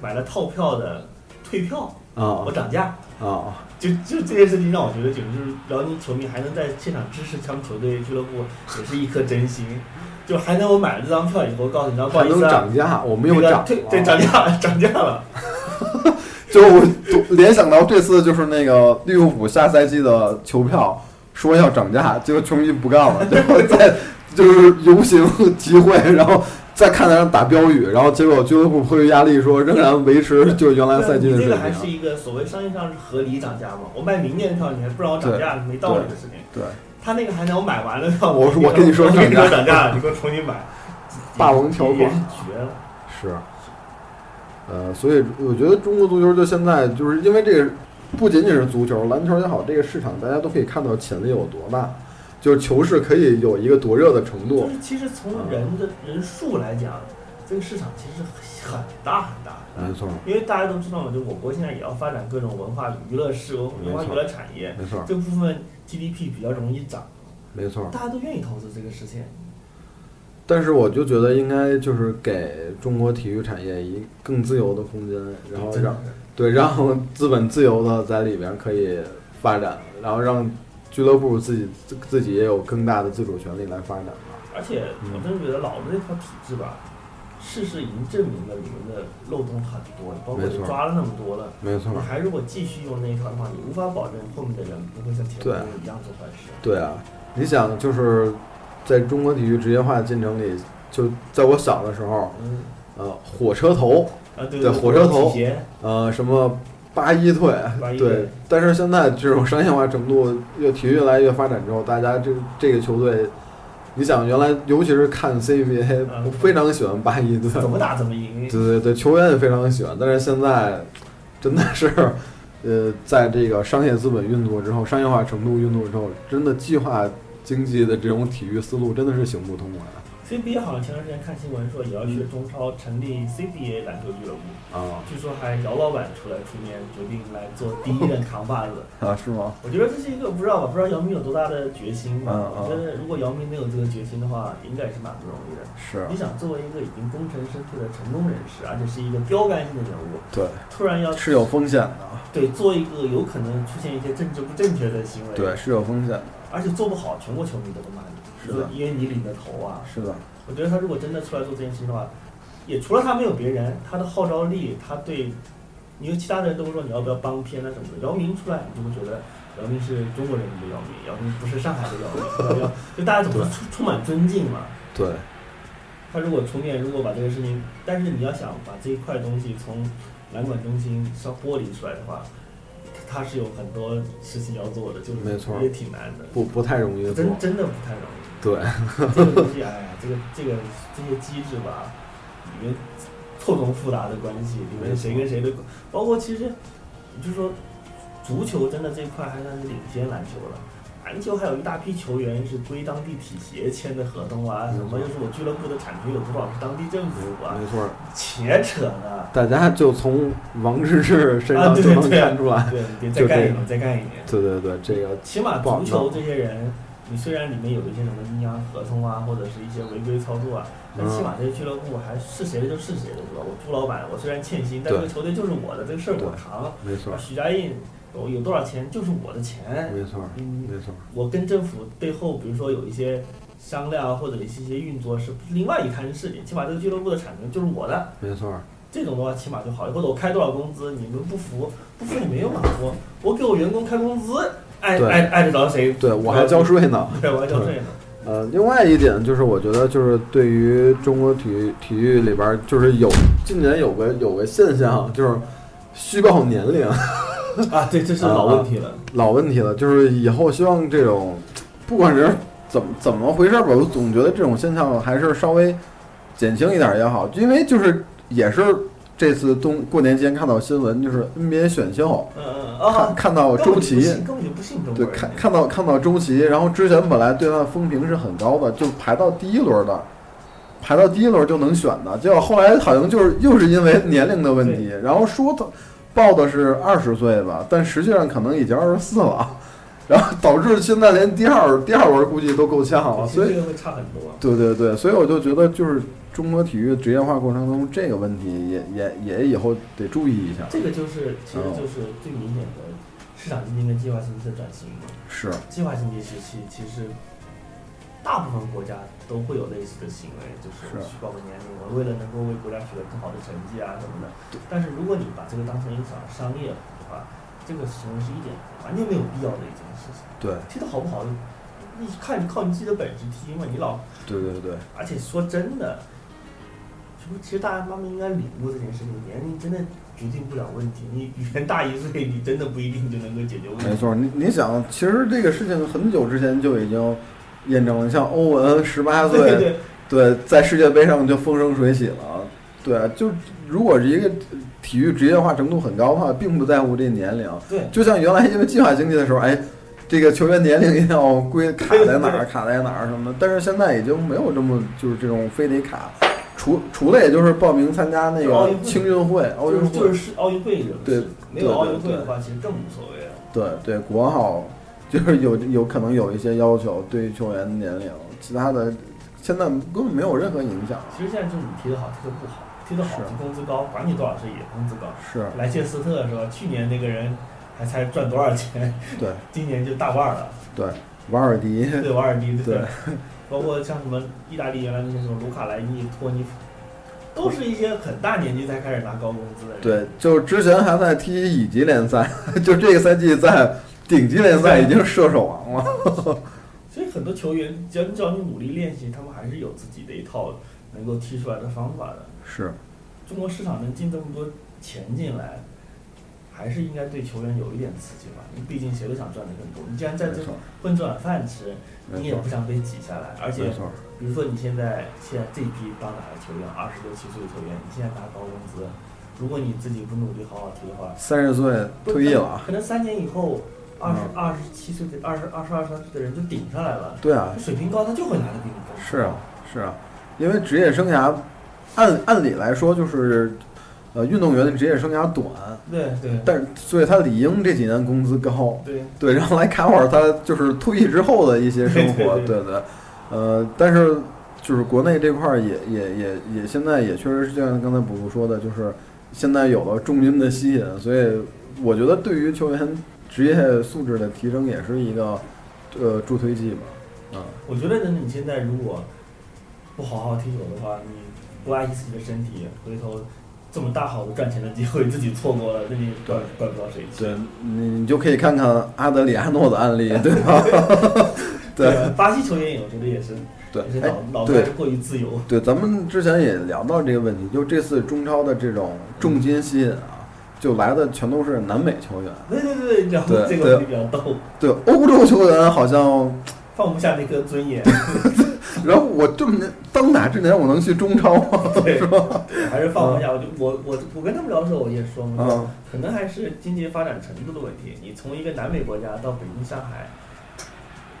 S7: 买了套票的退票，我
S8: 啊
S7: 涨价，
S8: 啊，
S7: 就就这件事情让我觉得，简直就是辽宁球迷还能在现场支持他们球队俱乐部，也是一颗真心。就还能我买了这张票以后，告诉你，然后不好
S8: 还
S7: 意
S8: 能
S7: 思啊，
S8: 涨价，我们
S7: 那
S8: 又
S7: 个
S8: 涨哦
S7: 退对
S8: 了。
S7: 涨价 涨价了，
S8: 就我联想到这次就是那个利物浦下赛季的球票说要涨价，结果球迷不干了，然后在就是游行集会，然后在看台上打标语，然后结果俱乐部迫于压力说仍然维持就原来赛季
S7: 你
S8: 的
S7: 这
S8: 水
S7: 个还是
S8: 平。
S7: 一个所谓商业上是合理涨价嘛？我卖明年的票，你还不让我涨价，没道理的事情。
S8: 对，
S7: 他那个还能我买完了票，
S8: 我
S7: 说
S8: 我跟你说
S7: 我跟你
S8: 涨
S7: 说
S8: 价
S7: 涨价了，你给我重新买。
S8: 霸王条款
S7: 也是绝了，
S8: 是，呃，所以我觉得中国足球就现在就是因为这个，不仅仅是足球，篮球也好，这个市场大家都可以看到潜力有多大，就是球市可以有一个多热的程
S7: 就
S8: 度。
S7: 是其实从人的人数来讲，这个市场其实很大很大很
S8: 没
S7: 大，
S8: 错，
S7: 因为大家都知道嘛，就我国现在也要发展各种文化娱乐事、
S8: 没
S7: 文
S8: 错
S7: 化娱乐产业，
S8: 没错，
S7: 这部分 GDP 比较容易涨，
S8: 没错。
S7: 大家都愿意投资这个事情。
S8: 但是我就觉得应该就是给中国体育产业一更自由的空间，然后
S7: 真的
S8: 让对让资本自由的在里边可以发展，然后让俱乐部自己自自己也有更大的自主权利来发展。
S7: 而且我真的觉得老的那套体制吧，事实已经证明了里面的漏洞很多，包括
S8: 没
S7: 你
S8: 错
S7: 抓了那么多了。
S8: 没错
S7: 你还如果继续用那一套的话，你无法保证后面的人不会像前
S8: 对
S7: 面一样做坏事。
S8: 对啊，你想就是在中国体育职业化的进程里，就在我小的时候，
S7: 嗯，
S8: 呃，火车头，
S7: 啊对
S8: 对火车头
S7: 体协
S8: 呃，什么八一退，
S7: 八一
S8: 对
S7: 队。
S8: 但是现在这种商业化程度，越体育越来越发展之后，大家这这个球队，你想原来尤其是看 CBA，
S7: 嗯
S8: 我非常喜欢八一队，
S7: 怎么打怎么赢。
S8: 对对对，球员也非常喜欢，但是现在真的是，呃，在这个商业资本运作之后，商业化程度运作之后，真的计划经济的这种体育思路真的是行不通了、
S7: CBA 好像前段时间看新闻说也要去中超成立 CBA 篮球俱乐部，
S8: 啊
S7: 据说还姚老板出来出面决定来做第一任扛把子。
S8: 啊是吗？
S7: 我觉得这是一个不知道吧，不知道姚明有多大的决心吧。
S8: 嗯嗯
S7: 我觉得如果姚明没有这个决心的话，应该是蛮不容易的。
S8: 是啊
S7: 你想，作为一个已经功成身退的成功人士，而且是一个标杆性的人物，
S8: 对，
S7: 突然要
S8: 是有风险的，
S7: 对做一个有可能出现一些政治不正确的行为，
S8: 对，，是有风险的，
S7: 而且做不好，全国球迷都会骂你，
S8: 是
S7: 说
S8: 的
S7: 因为你领的头啊。
S8: 是的，
S7: 我觉得他如果真的出来做这件事情的话，也除了他没有别人，他的号召力，他对，你有其他的人都会说你要不要帮偏啊什么的。姚明出来，你就会觉得姚明是中国人民的姚明，姚明不是上海的姚明，姚 就大家总是充充满尊敬嘛。
S8: 对，
S7: 他如果出面，如果把这个事情，但是你要想把这一块东西从篮管中心上剥离出来的话，他是有很多事情要做的，就是
S8: 没错
S7: 也挺难的，
S8: 不不太容易做
S7: 真，真的不太容易。
S8: 对，
S7: 这个东西，哎呀，这个这个这些机制吧，里面错综复杂的关系，里面谁跟谁的，包括其实你就说足球真的这一块还算是领先篮球了。篮球还有一大批球员是归当地体协签的合同啊，
S8: 没
S7: 什
S8: 错
S7: 么又是我俱乐部的产权有多少是当地政府啊，
S8: 没错，
S7: 且扯呢。
S8: 大家就从王治郅身
S7: 啊，
S8: 上
S7: 对
S8: 就能
S7: 对
S8: 看出来，
S7: 对，你得
S8: 就
S7: 再干一
S8: 这
S7: 年，再干一年。
S8: 对对对，这个
S7: 起码
S8: 不好
S7: 足球这些人，你虽然里面有一些什么阴阳合同啊，或者是一些违规操作啊，但
S8: 嗯
S7: 起码这些俱乐部还是谁的就是谁的，是吧？我朱老板，我虽然欠薪，但
S8: 对
S7: 这个球队就是我的，这个事儿
S8: 对
S7: 我扛。
S8: 没错，
S7: 许家印，我有多少钱就是我的钱。
S8: 没错，
S7: 嗯，
S8: 没错，
S7: 我跟政府背后，比如说有一些商量啊或者一些运作是另外一摊事情，起码这个俱乐部的产权就是我的。
S8: 没错，
S7: 这种的话起码就好，或者我开多少工资，你们不服，不服你没用啊，我我给我员工开工资，碍
S8: 对
S7: 碍碍得着谁？
S8: 对我还交税呢。
S7: 对，我还交税呢。
S8: 呃，另外一点就是，我觉得就是对于中国体育体育里边儿，就是有近年有个有个现象，就是虚报年龄
S7: 啊，对，这是老问题了。
S8: 老问题了。就是以后希望这种，不管是怎么 怎么回事儿吧，我总觉得这种现象还是稍微减轻一点儿也好，因为就是也是这次冬过年期间看到新闻，就是 NBA 选秀，
S7: 嗯嗯
S8: 看
S7: 啊，
S8: 看到
S7: 根本就
S8: 周
S7: 不
S8: 琦。
S7: 信根本就不信中国
S8: 对，
S7: 人。
S8: 看看到看到周琦，然后之前本来对他的风评是很高的，就排到第一轮的，排到第一轮就能选的，结果后来好像就是又是因为年龄的问题， 然后说他报的是二十岁吧，但实际上可能已经二十四了， 然后导致现在连第二第二轮估计都够呛了，
S7: 其
S8: 所
S7: 实
S8: 以
S7: 这个会差很多。
S8: 对对对，所以我就觉得就是中国体育职业化过程中这个问题也也也以后得注意一下，
S7: 这个就是，其
S8: 哦
S7: 实就是最明显的市场经济跟计划经济的转型嘛。
S8: 是
S7: 计划经济时期，其实大部分国家都会有类似的行为，就是
S8: 是啊
S7: 虚报个年龄，我为了能够为国家取得更好的成绩啊什么的。但是如果你把这个当成一场商业的话，这个行为是一点完全没有必要的一件事情。
S8: 对
S7: 踢得好不好，你看你靠你自己的本事踢嘛，你老
S8: 对对对，
S7: 而且说真的，什么其实大家慢慢应该领悟这件事情，年龄真的决定不了问题。你比人大一岁，你真的不一定就能够解决问题。
S8: 没错，你你想，其实这个事情很久之前就已经验证了，像欧文十八岁，
S7: 对对，
S8: 对在世界杯上就风生水起了。对，啊就如果是一个体育职业化程度很高的话，并不在乎这年龄。
S7: 对
S8: 就像原来因为计划经济的时候，哎，这个球员年龄一定要归卡在哪儿，卡在哪儿什么的。但是现在已经没有这么就是这种非得卡，除除了也就是报名参加那
S7: 奥
S8: 个
S7: 运会
S8: 青运会、奥运
S7: 就是就
S8: 会，
S7: 是世奥运会人
S8: 对
S7: 士，没有奥运会
S8: 对对
S7: 的话，其实更无所谓了。
S8: 对对，国奥就是有有可能有一些要求对于球员的年龄，其他的现在根本没有任何影响。
S7: 其实现在就是你踢得好，踢得不好，踢得好
S8: 是
S7: 就工资高，管你多少岁也工资高。
S8: 是
S7: 莱切斯特是吧？去年那个人还才赚多少钱，
S8: 对
S7: 今年就大腕儿了。
S8: 对， 瓦尔迪，
S7: 对瓦尔迪，
S8: 对，
S7: 包括像什么意大利原来那些什么卢卡莱尼、托尼，都是一些很大年纪才开始拿高工资的人。
S8: 对，就之前还在踢乙级联赛， 就这个赛季在顶级联赛已经射手王了。
S7: 所以很多球员，只要只要你努力练习，他们还是有自己的一套能够踢出来的方法的。
S8: 是
S7: 中国市场能进这么多钱进来，还是应该对球员有一点刺激吧。你毕竟谁都想赚得更多，你既然在
S8: 没
S7: 这
S8: 错，
S7: 混这碗饭吃，你
S8: 没
S7: 也
S8: 错
S7: 不，想被挤下来。而且
S8: 没，错，
S7: 比如说你现在现在这一批当打的球员，二十六七岁的球员，你现在拿高工资，如果你自己不努力好好踢的话，
S8: 三十岁退役了啊。嗯
S7: 可能三年以后，二十二十七岁的二十二十二三岁的人就顶上来了。
S8: 对啊，
S7: 水平高，他就会拿的比你高。
S8: 是啊，是啊，因为职业生涯按按理来说就是，呃，运动员的职业生涯短，
S7: 对对
S8: 但是所以他理应这几年工资高，
S7: 对，
S8: 对，然后来卡瓦尔他就是退役之后的一些生活，
S7: 对对对
S8: 对对，呃，但是就是国内这块儿也也也也现在也确实是就像刚才补补说的，就是现在有了重金的吸引，所以我觉得对于球员职业素质的提升也是一个呃助推剂吧，啊，
S7: 我觉得呢，你现在如果不好好踢球的话，你不爱惜自己的身体，回头这么大好的赚钱的机会自己错过了，那你怪怪不到谁去。
S8: 对，你你就可以看看阿德里亚诺的案例，对吧？ 对
S7: 啊，巴西球员也我觉得也是，
S8: 对
S7: 也是，
S8: 哎
S7: 脑脑，袋
S8: 对
S7: 过于自由。
S8: 对，咱们之前也聊到这个问题，就这次中超的这种重金吸引啊，就来的全都是南美球员，
S7: 对对对，然后
S8: 对
S7: 这个就比较逗，
S8: 对欧洲球员好像，
S7: 放不下那颗尊 严，
S8: 然后我这么年当打之年我能去中超吗？
S7: 对
S8: 是吧？
S7: 还是放不下。我就我我我跟他们聊的时候，我也说嘛，
S8: 嗯，
S7: 可能还是经济发展程度的问题。你从一个南美国家到北京、上海，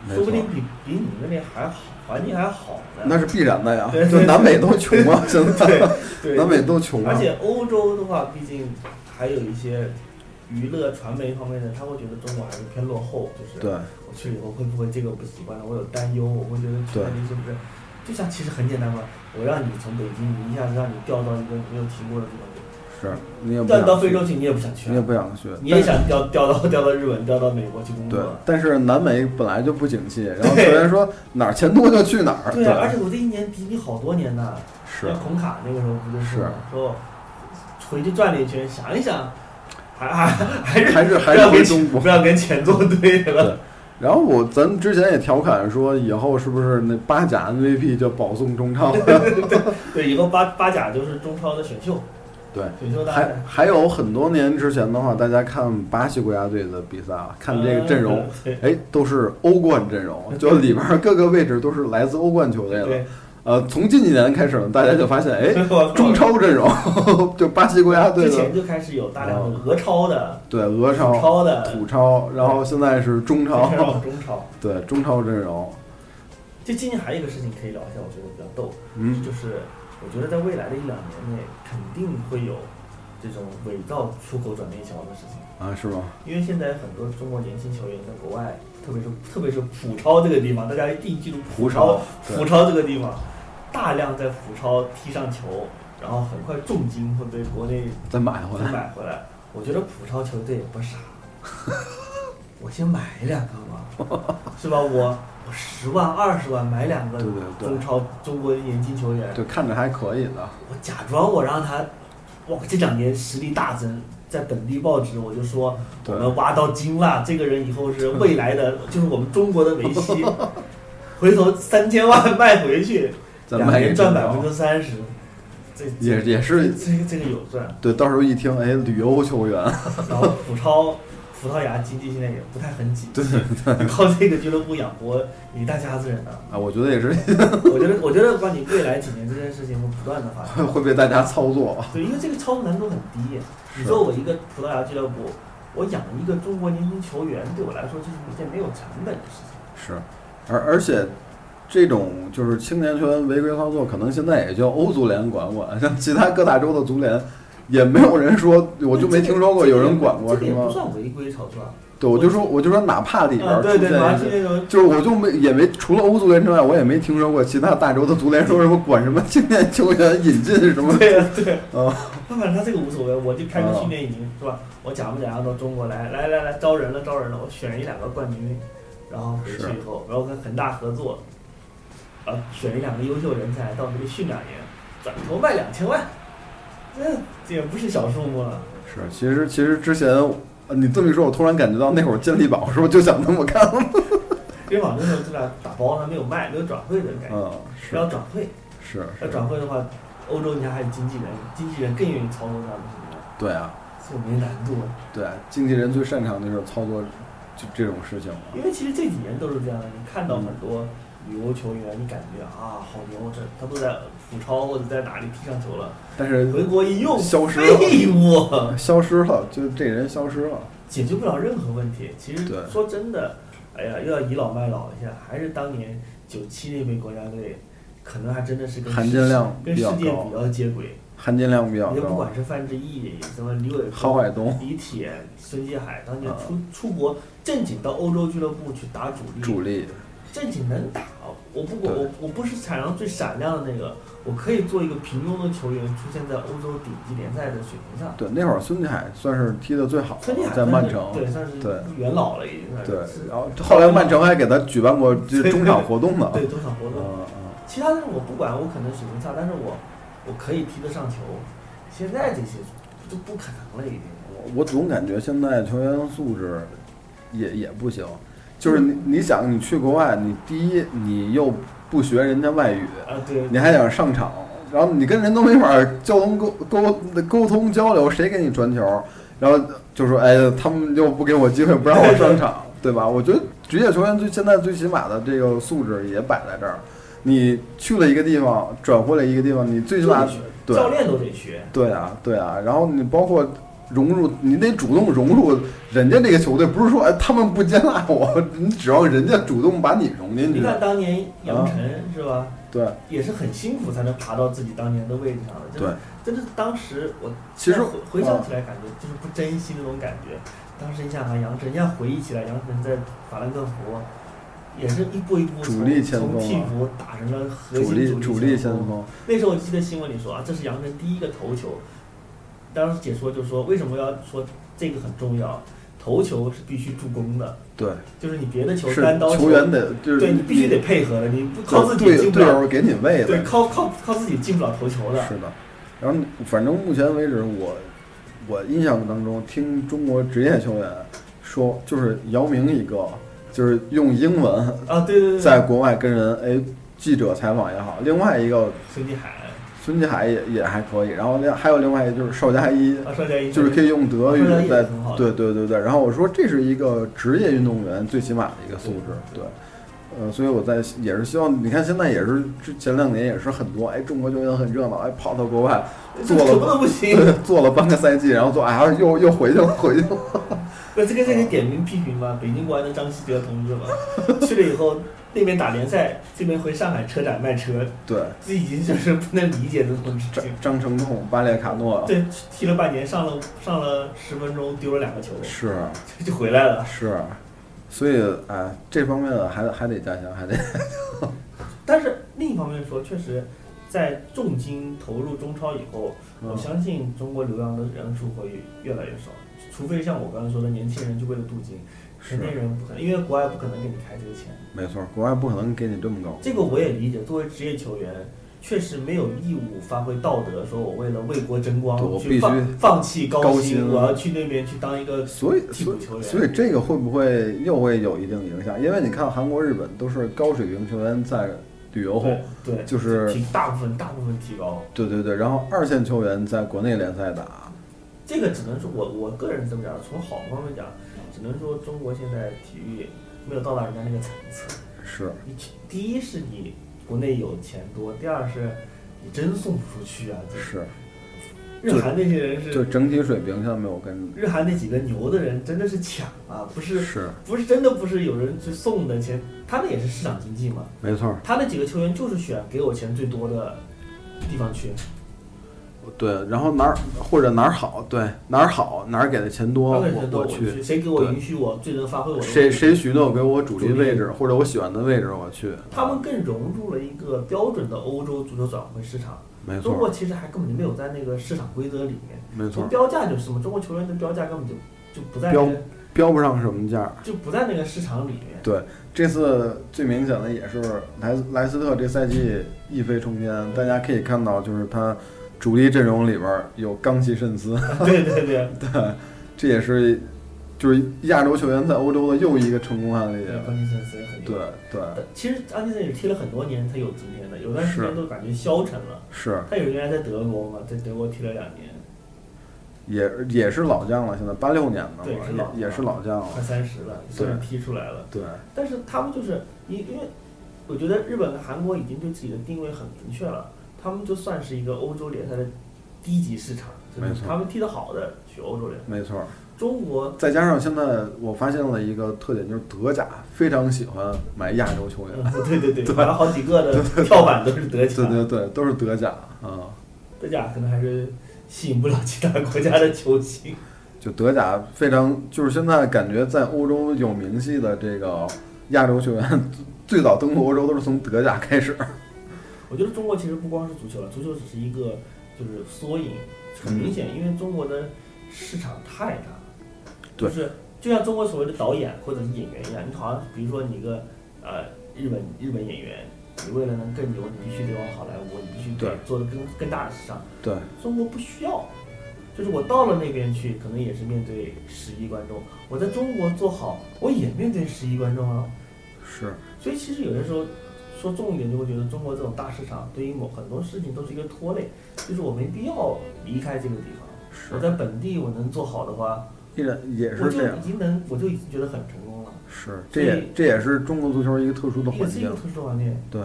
S8: 没
S7: 说不
S8: 错
S7: 定比比你们那边还好，环境还好呢。
S8: 那是必然的呀
S7: 对，
S8: 就南美都穷啊，现
S7: 对
S8: 在
S7: 对，
S8: 南美都穷
S7: 而
S8: 啊，
S7: 且欧洲的话，毕竟还有一些娱乐传媒方面的，他会觉得中国还是偏落后，就是
S8: 对
S7: 我去了以后会不会这个我不习惯了，我有担忧，我会觉得去那里是不是？就像其实很简单嘛，我让你从北京一下子让你调到一个没有停过的地方
S8: 是你也
S7: 去，
S8: 不
S7: 调你到
S8: 想
S7: 非
S8: 去，
S7: 洲去，你也不想去
S8: 你也
S7: 啊，
S8: 不想去，
S7: 你也想调调到 调到日本，调到美国去工
S8: 对
S7: 作。，
S8: 但是南美本来就不景气，然后球员说哪儿钱多就去哪儿，
S7: 对啊，而且我这一年比你好多年呢。
S8: 是
S7: 那孔卡那个时候不就说
S8: 是
S7: 嘛说回去转了一圈，想一想，还还还是
S8: 还是还
S7: 不
S8: 是
S7: 要
S8: 回
S7: 跟
S8: 中
S7: 钱
S8: 国
S7: 不。要跟钱作对了。
S8: 然后我咱们之前也调侃说，以后是不是那八甲 MVP 就保送中超？
S7: 对，以后八八甲就是中超的选秀，
S8: 对，
S7: 选秀大
S8: 还
S7: 赛。
S8: 还有很多年之前的话，大家看巴西国家队的比赛啊，看这个阵容，
S7: 嗯，
S8: 哎，都是欧冠阵容，就里边各个位置都是来自欧冠球队
S7: 对
S8: 的。呃，从近几年开始呢，大家就发现，哎，
S7: 对，我靠
S8: 中超阵容 就巴西国家队
S7: 之
S8: 的
S7: 前就开始有大量的俄超的、
S8: 对哦俄
S7: 土
S8: 超、
S7: 超的、
S8: 土超，然后现在是中超
S7: 开始，往中超。
S8: 对中超阵容，
S7: 就今年还有一个事情可以聊一下，我觉得比较逗，
S8: 嗯，
S7: 就是我觉得在未来的一两年内肯定会有这种伪造出口转内销的事情。
S8: 啊是吗？
S7: 因为现在很多中国年轻球员在国外，特别是特别是葡超这个地方，大家一定记住葡超
S8: 对
S7: 葡超这个地方，大量在葡超踢上球，然后很快重金会被国内
S8: 再买回来，
S7: 买回来。我觉得葡超球队也不 傻，我先买两个嘛，是吧？我我十万二十万买两个
S8: 对对对
S7: 中超中国年轻球员，
S8: 就看着还可以的。
S7: 我假装我让他，哇，这两年实力大增，在本地报纸我就说我
S8: 对嗯
S7: 们挖到金了，这个人以后是未来的，就是我们中国的梅 西，回头三千万卖回去，
S8: 再
S7: 两
S8: 卖给
S7: 年赚百
S8: 中
S7: 分
S8: 超
S7: 之三十，这这
S8: 也也是
S7: 这个这个有赚。
S8: 对，到时候一听，哎，旅游球员，
S7: 然后葡超，葡萄牙经济现在也不太很景气，你靠这个俱乐部养活一大家子人呢、
S8: 啊，我觉得也是
S7: 我觉得，我觉得把你未来几年这件事情会不断的发生。
S8: 会被大家操作。
S7: 对，因为这个操作难度很低。你
S8: 是
S7: 说我一个葡萄牙俱乐部，我养一个中国年轻球员，对我来说就是一件没有成本的事情。
S8: 是，而而且这种就是青年球员违规操作，可能现在也就欧足联管管，像其他各大洲的足联。也没有人说，我就没听说过有人管过
S7: 这
S8: 是
S7: 个也不
S8: 吗？
S7: 算违规炒作啊。
S8: 对，我就说，我就说，哪怕里边
S7: 啊，
S8: 儿出
S7: 对
S8: 现
S7: 对，马
S8: 一
S7: 上
S8: 些，
S7: 那 种
S8: 就是我就没也没除了欧足联之外，我也没听说过其他大洲的足联说什么管什么青年球员引进什么。
S7: 对啊对
S8: 啊。
S7: 那反正他这个无所谓，我就开个
S8: 啊
S7: 训练营是吧？我假不假让到中国来，来来来招人了招人了，我选一两个冠军，然后回去
S8: 是
S7: 以后，然后跟恒大合作，啊，选一两个优秀人才到这里训两年，转头卖两千万，这这也不是小数目了。
S8: 是，其实其实之前呃你这么一说，我突然感觉到那会儿健力宝是不是就想那么干？
S7: 因为网那时候对吧，打包还没有卖，没有转会的感觉，
S8: 嗯，是
S7: 要转会，
S8: 是
S7: 要转会的话，欧洲人家还有经纪人，经纪人更愿意操作这样的事情，
S8: 对啊，
S7: 这没难度啊。
S8: 对啊，经纪人最擅长的就是操作就这种事情嘛。
S7: 因为其实这几年都是这样的，你看到很多旅游球员，你感觉啊好牛，这他都在葡超或者在哪里踢上球了，
S8: 但是
S7: 回国一用
S8: 消失了嗯
S7: 废物，
S8: 消失了，就这人消失了。
S7: 解决不了任何问题。其实
S8: 对
S7: 说真的，哎呀，又要倚老卖老一下，还是当年九七那杯国家队可能还真的是跟
S8: 含金量
S7: 跟
S8: 比
S7: 世
S8: 较
S7: 界
S8: 高
S7: 比，较接轨。
S8: 含金量比较
S7: 你就不
S8: 高
S7: 管。是范志毅、什么李伟
S8: 郝
S7: 峰、
S8: 海东
S7: 李铁、孙继海，当年
S8: 啊
S7: 出出国正经到欧洲俱乐部去打主力，
S8: 主力
S7: 正经能打。我不
S8: 对
S7: 管我我不是场上最闪亮的那个，我可以做一个平庸的球员，出现在欧洲顶级联赛的水平上。
S8: 对，那会儿孙继海算是踢得最好
S7: 孙继
S8: 的，
S7: 海
S8: 在
S7: 算
S8: 曼
S7: 是
S8: 城。
S7: 对算是
S8: 对
S7: 元老了，已经算是
S8: 对，然后后来曼城还给他举办过就是中场活动呢。
S7: 对中场活动。
S8: 嗯
S7: 其他的我不管，我可能水平差，但是我我可以踢得上球。现在这些就不可能了，已经。
S8: 我我总感觉现在球员素质也也不行，就是你你想你去国外，你第一你又不学人家外语，
S7: 啊，对，
S8: 你还想上场，然后你跟人都没法儿交通沟沟沟通交流，谁给你传球？然后就说哎，他们又不给我机会，不让我上场， 对吧？我觉得职业球员最现在最起码的这个素质也摆在这儿。你去了一个地方，转会了一个地方，你最起
S7: 就
S8: 码
S7: 得学
S8: 对
S7: 教练都得学。
S8: 对啊，对啊，然后你包括融入，你得主动融入人家这个球队，不是说哎他们不接纳我，你只要人家主动把你融进
S7: 你
S8: 去，
S7: 看当年杨晨
S8: 啊
S7: 是吧，
S8: 对，
S7: 也是很辛苦才能爬到自己当年的位置上的。真的，真的是当时我
S8: 其实
S7: 现在
S8: 啊
S7: 回回想起来，感觉就是不珍惜那种感觉。当时你想想杨晨，现在回忆起来，杨晨在法兰克福。也是一步一步
S8: 主
S7: 从
S8: 力前锋啊
S7: 从替补打成了核
S8: 主
S7: 心
S8: 力
S7: 主
S8: 主
S7: 力
S8: 力前锋，
S7: 那时候我记得新闻里说啊，这是杨晨第一个头球。当时解说就说，为什么要说这个很重要？头球是必须助攻的，
S8: 对，
S7: 就是你别的球
S8: 是
S7: 单刀
S8: 球员得就是
S7: 对你必须得配合的，你不靠自己
S8: 对
S7: 进不
S8: 队
S7: 了，
S8: 友给你喂
S7: 对
S8: 的，
S7: 靠靠靠自己进不了头球的。
S8: 是的。然后反正目前为止，我我印象当中听中国职业球员说，就是姚明一个，就是用英文
S7: 啊，对对对，
S8: 在国外跟人哎记者采访也好，另外一个
S7: 孙继海
S8: 孙继海也也还可以，然后另还有另外一个就是邵佳一，
S7: 啊，邵佳一
S8: 就是可以用德语
S7: 邵佳一也
S8: 在
S7: 很好的，
S8: 对对对对，然后我说这是一个职业运动员最起码的一个素质，
S7: 嗯
S8: 对，呃，所以我在也是希望你看现在也是之前两年也是很多哎中国球员很热闹哎跑到国 外
S7: 这
S8: 做
S7: 什么
S8: 了
S7: 都不行。
S8: 对做了半个赛季，然后做哎呀又又回去了回去 了，
S7: 那这个这个点名批评吧，北京国安的张稀哲同志嘛，去了以后那边打联赛，这边回上海车展卖车，
S8: 对，
S7: 自己已经就是 不能理解这种事
S8: 张
S7: 情。
S8: 张成栋巴列卡诺
S7: 对，踢了半年，上了上了十分钟，丢了两个球，
S8: 是
S7: 就回来了。
S8: 是，所以哎这方面还还得加强，还得
S7: 但是另一方面说，确实，在重金投入中超以后，我相信中国流浪的人数会越来越少，除非像我刚才说的，年轻人就为了镀金，成
S8: 是啊
S7: 年人不可能，因为国外不可能给你开这个钱。
S8: 没错，国外不可能给你这么高。
S7: 这个我也理解，作为职业球员，确实没有义务发挥道德，说我为了为国争
S8: 对我
S7: 光
S8: 必
S7: 去
S8: 须
S7: 放放弃高
S8: 高
S7: 薪，
S8: 薪啊
S7: 我要去那边去当一个
S8: 所以，
S7: 替
S8: 所
S7: 补
S8: 以，
S7: 球员。
S8: 所以这个会不会又会有一定影响？因为你看韩国、日本都是高水平球员在旅游后，
S7: 对，对
S8: 就是
S7: 提大部分大部分提高，
S8: 对对对，然后二线球员在国内联赛打，
S7: 这个只能说我我个人这么讲，从好方面讲，只能说中国现在体育没有到达人家那个层次。
S8: 是
S7: 你第一是你国内有钱多，第二是你真送不出去啊！就是
S8: 是，
S7: 日韩那些人，
S8: 就是整体水平现在没有跟
S7: 日韩那几个牛的人真的是抢啊，不是
S8: 是
S7: 不是真的不是有人去送的钱，他们也是市场经济嘛。
S8: 没错儿，
S7: 他那几个球员就是选给我钱最多的地方去，
S8: 对，然后哪儿或者哪儿好，对哪儿好哪儿给的钱多，
S7: 他
S8: 我
S7: 们觉得
S8: 我
S7: 我
S8: 去，
S7: 谁给我
S8: 对
S7: 允许我最能发挥我的
S8: 谁
S7: 位置
S8: 谁许诺给我主力
S7: 主力
S8: 位置或者我喜欢的位置我去，
S7: 他们更融入了一个标准的欧洲足球转会市场。
S8: 没错
S7: 中国
S8: 儿
S7: 其实还根本就没有在那个市场规则里面，
S8: 没错
S7: 从
S8: 儿，
S7: 标价就是嘛，中国球员的标价根本就就不在
S8: 标
S7: 那个
S8: 标不上什么价儿。
S7: 就不在那个市场里 面。
S8: 这次最明显的也是莱斯莱斯特这赛季一飞冲天，大家可以看到，就是他主力阵容里边儿有冈崎慎司，
S7: 对对
S8: 啊
S7: 对，
S8: 这也是就是亚洲球员在欧洲的又一个成功案例。
S7: 关键森斯也很厉
S8: 对
S7: 害。
S8: 对
S7: 其实安迪森也踢了很多年才有今天的，有段时
S8: 是
S7: 间都感觉消沉了。
S8: 是，
S7: 他有原来在德国嘛，在德国踢了两年，
S8: 也也是老将了，现在八六年的
S7: 对是老
S8: 嘛，也也是老将
S7: 快
S8: 了。
S7: 三十了，
S8: 对
S7: 算是踢出来了。
S8: 对，
S7: 但是他们就是因因为，我觉得日本和韩国已经对自己的定位很明确了，他们就算是一个欧洲联赛的低级市场，就
S8: 没
S7: 是
S8: 错
S7: 他们踢得好的去欧洲联赛，
S8: 没错儿，
S7: 中国
S8: 再加上现在我发现了一个特点，就是德甲非常喜欢买亚洲球员。
S7: 嗯 对对对，买了好几个的跳板都是德甲
S8: 对，对对，都是德甲啊，
S7: 德甲可能还是吸引不了其他国家的球星。
S8: 就德甲非常就是现在感觉在欧洲有名气的这个亚洲球员，最早登陆欧洲都是从德甲开始。
S7: 我觉得中国其实不光是足球了，足球只是一个就是缩影，很明
S8: 嗯
S7: 显，因为中国的市场太大了，
S8: 对
S7: 就是就像中国所谓的导演或者是演员一样，你好像比如说你一个呃日本日本演员，你为了能更牛，你必须得往好莱坞，你必须得
S8: 对
S7: 做的更更大的市场，
S8: 对，
S7: 中国不需要。就是我到了那边去，可能也是面对十亿观众。我在中国做好，我也面对十亿观众啊。
S8: 是
S7: 所以其实有的时候说重一点，就会觉得中国这种大市场对于某很多事情都是一个拖累，就是我没必要离开这个地方。我
S8: 是，
S7: 在本地我能做好的话，
S8: 依然也
S7: 我
S8: 是
S7: 就
S8: 这样
S7: 已，经能，我就已经觉得很成功了。
S8: 是这也这也是中国足球一个特殊的
S7: 也
S8: 环
S7: 是一个
S8: 境。
S7: 特殊的环境。
S8: 对，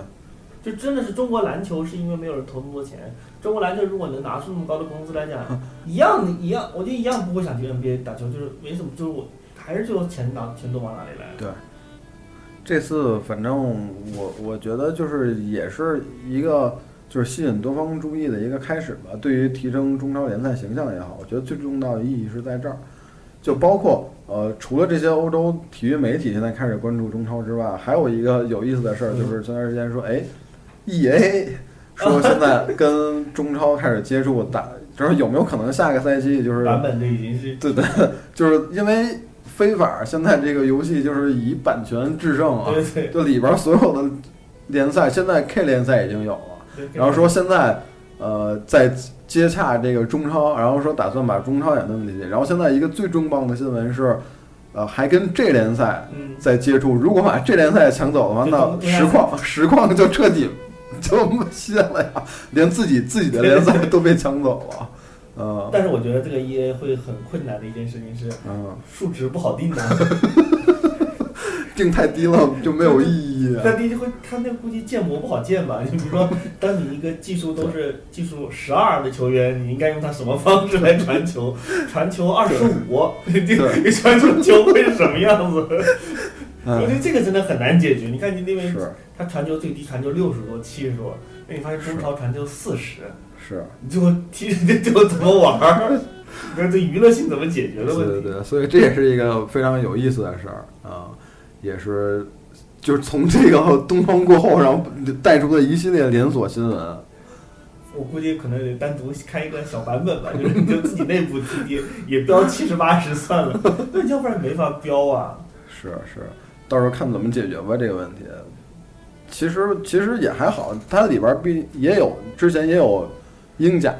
S7: 就真的是中国篮球是因为没有人投那么多钱，中国篮球如果能拿出那么高的工资来讲， 一样的一样，我就一样不会想去 NBA 打球，就是没什么，就是我还是最后钱拿钱都往哪里来。
S8: 这次反正我我觉得就是也是一个就是吸引多方注意的一个开始吧。对于提升中超联赛形象也好，我觉得最重要的意义是在这儿，就包括呃，除了这些欧洲体育媒体现在开始关注中超之外，还有一个有意思的事儿，
S7: 嗯
S8: 就是前段时间说，哎，E A 说现在跟中超开始接触打，就是有没有可能下个赛季就是
S7: 版本就已经 是
S8: 对对，就是因为非法现在这个游戏就是以版权制胜啊，
S7: 对对
S8: 就里边所有的联赛，现在 K 联赛已经有了，
S7: 对。
S8: 然后说现在呃在接洽这个中超，然后说打算把中超也弄进去，然后现在一个最重磅的新闻是，呃还跟 J 联赛
S7: 嗯，
S8: 在接触，如果把 J 联赛抢走的话，
S7: 对
S8: 那
S7: 对
S8: 实况 实况就彻底就歇了呀，连自己自己的联赛都被抢走了，嗯
S7: 但是我觉得这个 E A 会很困难的一件事情是
S8: 嗯。
S7: 数值不好定 的，
S8: 定太低了就没有意义啊。
S7: 那第一会他那估计建模不好建吧？就比如说，当你一个技术都是技术十二的球员，你应该用他什么方式来传球？传球二十五，你这个传出球会是什么样子？ 我觉
S8: 嗯，
S7: 得这个真的很难解决。你看你那边
S8: 是
S7: 他传球最低传球六十多、七十多，那你发现中超传球四十，
S8: 是，
S7: 你就踢 这就怎么玩 儿？那这娱乐性怎么解决的
S8: 对
S7: 问
S8: 对
S7: 题？
S8: 对，所以这也是一个非常有意思的事儿啊，也是就是从这个东窗过后，然后带出的一系列连锁新闻。
S7: 我估计可能得单独开一个小版本吧，就是你就自己内部 TD 也标七十八十算 了，那要不然没法标啊。
S8: 是是，到时候看怎么解决吧这个问题。其实其实也还好，它里边儿毕也有之前也有英甲，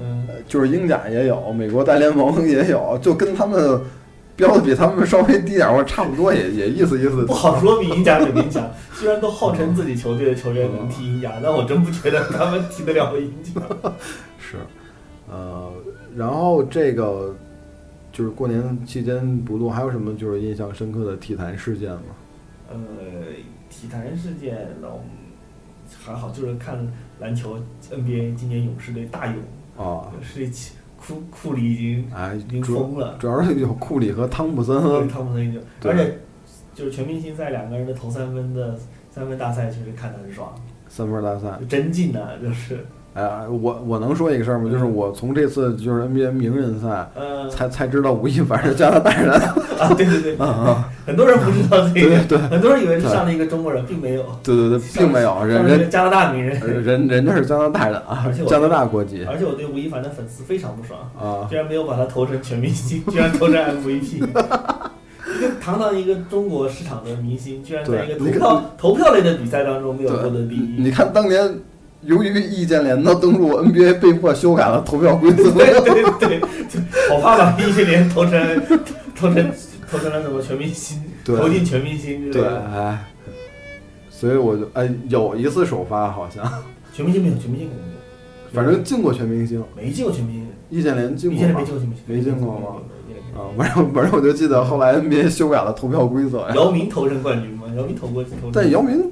S7: 嗯，
S8: 呃就是英甲也有，美国大联盟也有，就跟他们标的比他们稍微低点儿或者差不多也也意思意思。
S7: 不好说比英甲肯定强，虽然都号称自己球队的球员能踢英 甲，但我真不觉得他们踢得了英甲。
S8: 是，呃，然后这个就是过年期间不录，还有什么就是印象深刻的体坛事件吗？
S7: 呃，体坛事件那我们还好，就是看篮球 NBA 今年勇士队大勇，
S8: 啊，
S7: 勇士队起库库里已经
S8: 哎
S7: 已，经
S8: 主
S7: 疯了，
S8: 主要是有库里和汤普
S7: 对
S8: 森，
S7: 汤普森已经，
S8: 对
S7: 而且就是全明星赛两个人的投三分的三分大赛，确实看得很爽，
S8: 三分大赛
S7: 就。真进呐、就是
S8: 哎，我我能说一个事儿吗？
S7: 嗯
S8: 就是我从这次就是 NBA 名人赛
S7: 呃
S8: 才才知道吴亦凡是加拿大人。
S7: 啊，对对对， 很多人不知道这
S8: 嗯对
S7: 个，
S8: 对
S7: 很多人以为是上了一个中国人，并没有，
S8: 对对对，并没有，人
S7: 上了一个
S8: 人
S7: 加拿大名人。
S8: 人人家是加拿大人啊
S7: 而且，我
S8: 加拿大国籍
S7: 而且我对吴亦凡的粉丝非常不爽，
S8: 啊
S7: 居，然没有把他投成全明星，居然投成 MVP。一个堂堂一个中国市场的明星，居然在一个投
S8: 对
S7: 票投票类的比赛当中没有获
S8: 对
S7: 得第，一
S8: 你，看当年由于易建联的登陆，NBA 被迫修改了投票规则。
S7: 对对对，我怕把易建联投成投成投成了什么全明星，
S8: 对
S7: 投进全明星之类
S8: 对，
S7: 的。
S8: 哎，所以我就哎有一次首发好像，
S7: 全明星没有，全明星肯定没有，
S8: 反正进过全明星，
S7: 没进过全明星，
S8: 易建联进
S7: 易
S8: 过
S7: 建联没
S8: 吧
S7: 进？过全明星，
S8: 没进过
S7: 没
S8: 吗
S7: 进过？
S8: 啊，反正反正我就记得后来 NBA 修改了投票规则呀，
S7: 姚明投成冠军吗？姚明投过投成，
S8: 但姚明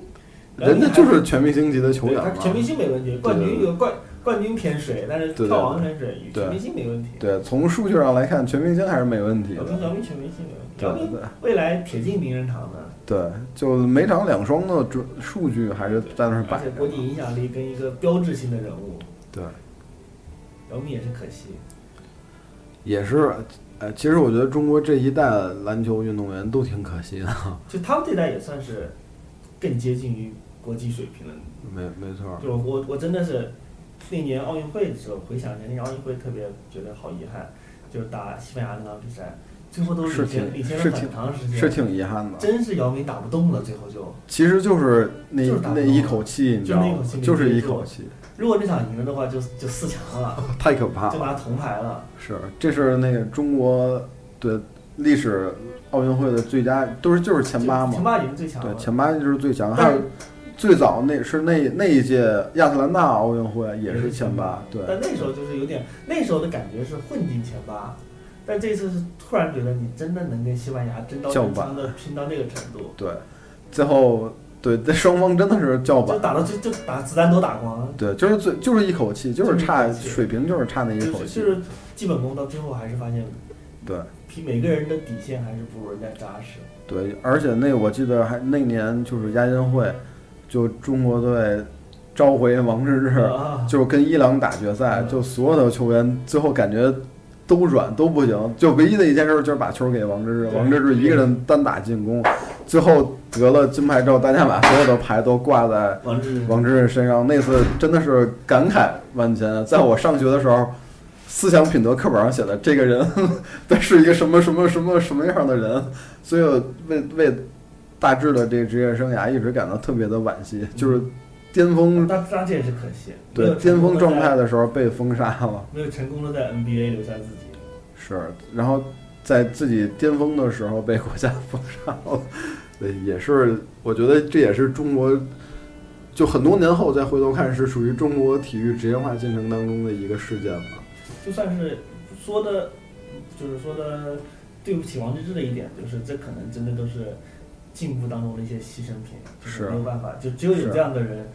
S8: 人家就是全明星级的球员
S7: 对他
S8: 嘛，
S7: 全明星没问题，冠
S8: 对
S7: 军
S8: 对
S7: 有冠冠军偏水，但是
S8: 对对
S7: 票王偏水，
S8: 对
S7: 全明星没问题。
S8: 对，从数据上来看，全明星还是没问题
S7: 姚
S8: 的。
S7: 明，姚明全明星没问题。
S8: 对
S7: 姚
S8: 对
S7: 明
S8: 对
S7: 未来铁进名人堂的，
S8: 对，就每场两双的准数据还是在那儿摆
S7: 而且国
S8: 着。
S7: 际影响力跟一个标志性的人物，
S8: 对，
S7: 姚明也是可惜。
S8: 也是，呃，其实我觉得中国这一代篮球运动员都挺可惜的。
S7: 就他们这代也算是更接近于国际水平了。
S8: 没没错儿，
S7: 就我我真的是那年奥运会的时候回想起来，那年奥运会特别觉得好遗憾，就是打西班牙那场比赛，最后都
S8: 是
S7: 领先
S8: 挺
S7: 领先了
S8: 是
S7: 很
S8: 挺
S7: 长时间，
S8: 是挺遗憾的。
S7: 真是姚明打不动了，最后就
S8: 其实就是那
S7: 就是打不
S8: 那
S7: 动
S8: 一口气，你知道
S7: 就那一
S8: 吗
S7: 口气？
S8: 就
S7: 没
S8: 是一
S7: 接住
S8: 口气，
S7: 如果那场赢了的话就，就四强了，
S8: 太可怕
S7: 就
S8: 了。
S7: 拿铜牌了。
S8: 是，这是那个中国对历史奥运会的最佳，都是就是前八
S7: 就前
S8: 嘛。
S7: 八已经最强
S8: 对，
S7: 了。
S8: 前八就是最强。还
S7: 但
S8: 有最早那是那那一届亚特兰大奥运会也是前八，对。
S7: 但那时候就是有点，那时候的感觉是混进前八，但这次是突然觉得你真的能跟西班牙真刀
S8: 叫
S7: 真
S8: 板
S7: 枪的拼到那个程度，
S8: 对，最后对，这双方真的是叫
S7: 就
S8: 板，
S7: 打到就就打子弹都打光了，
S8: 对，就是最就是一口气，就是差
S7: 就是一口气
S8: 水平，就是差那一
S7: 就
S8: 口
S7: 是
S8: 气
S7: 就，是基本功到最后还是发现，
S8: 对
S7: 比每个人的底线还是不如人家扎实。
S8: 对，而且那我记得还那年就是亚运会，就中国队召回王治郅，
S7: 啊，
S8: 就是跟伊朗打决赛，
S7: 嗯
S8: 就所有的球员最后感觉。都软都不行，就唯一的一件事就是把球给王治郅，
S7: 对
S8: 王治郅一个人单打进攻，最后得了金牌之后，大家把所有的牌都挂在
S7: 王治郅
S8: 王治郅身上那次真的是感慨万千。啊在我上学的时候，思想品德课本上写的这个人，他是一个什么什么什么什么样的人，所以我为为大志的这个职业生涯一直感到特别的惋惜，就是巅峰
S7: 那那这也是可惜，嗯没
S8: 对
S7: 有
S8: 巅
S7: 成功
S8: 峰
S7: 地
S8: 状
S7: 在
S8: 态的时候被封杀了，
S7: 没有成功的在 NBA 留下自己。
S8: 是，然后在自己巅峰的时候被国家 封杀了，对，也是我觉得这也是中国。就很多年后再回头看，是属于中国体育职业化进程当中的一个事件吧。
S7: 就算是说的，就是说的对不起王治郅的一点，就是这可能真的都是进步当中的一些牺牲品，就是
S8: 是
S7: 没有办法，就只有有
S8: 是
S7: 这样的人，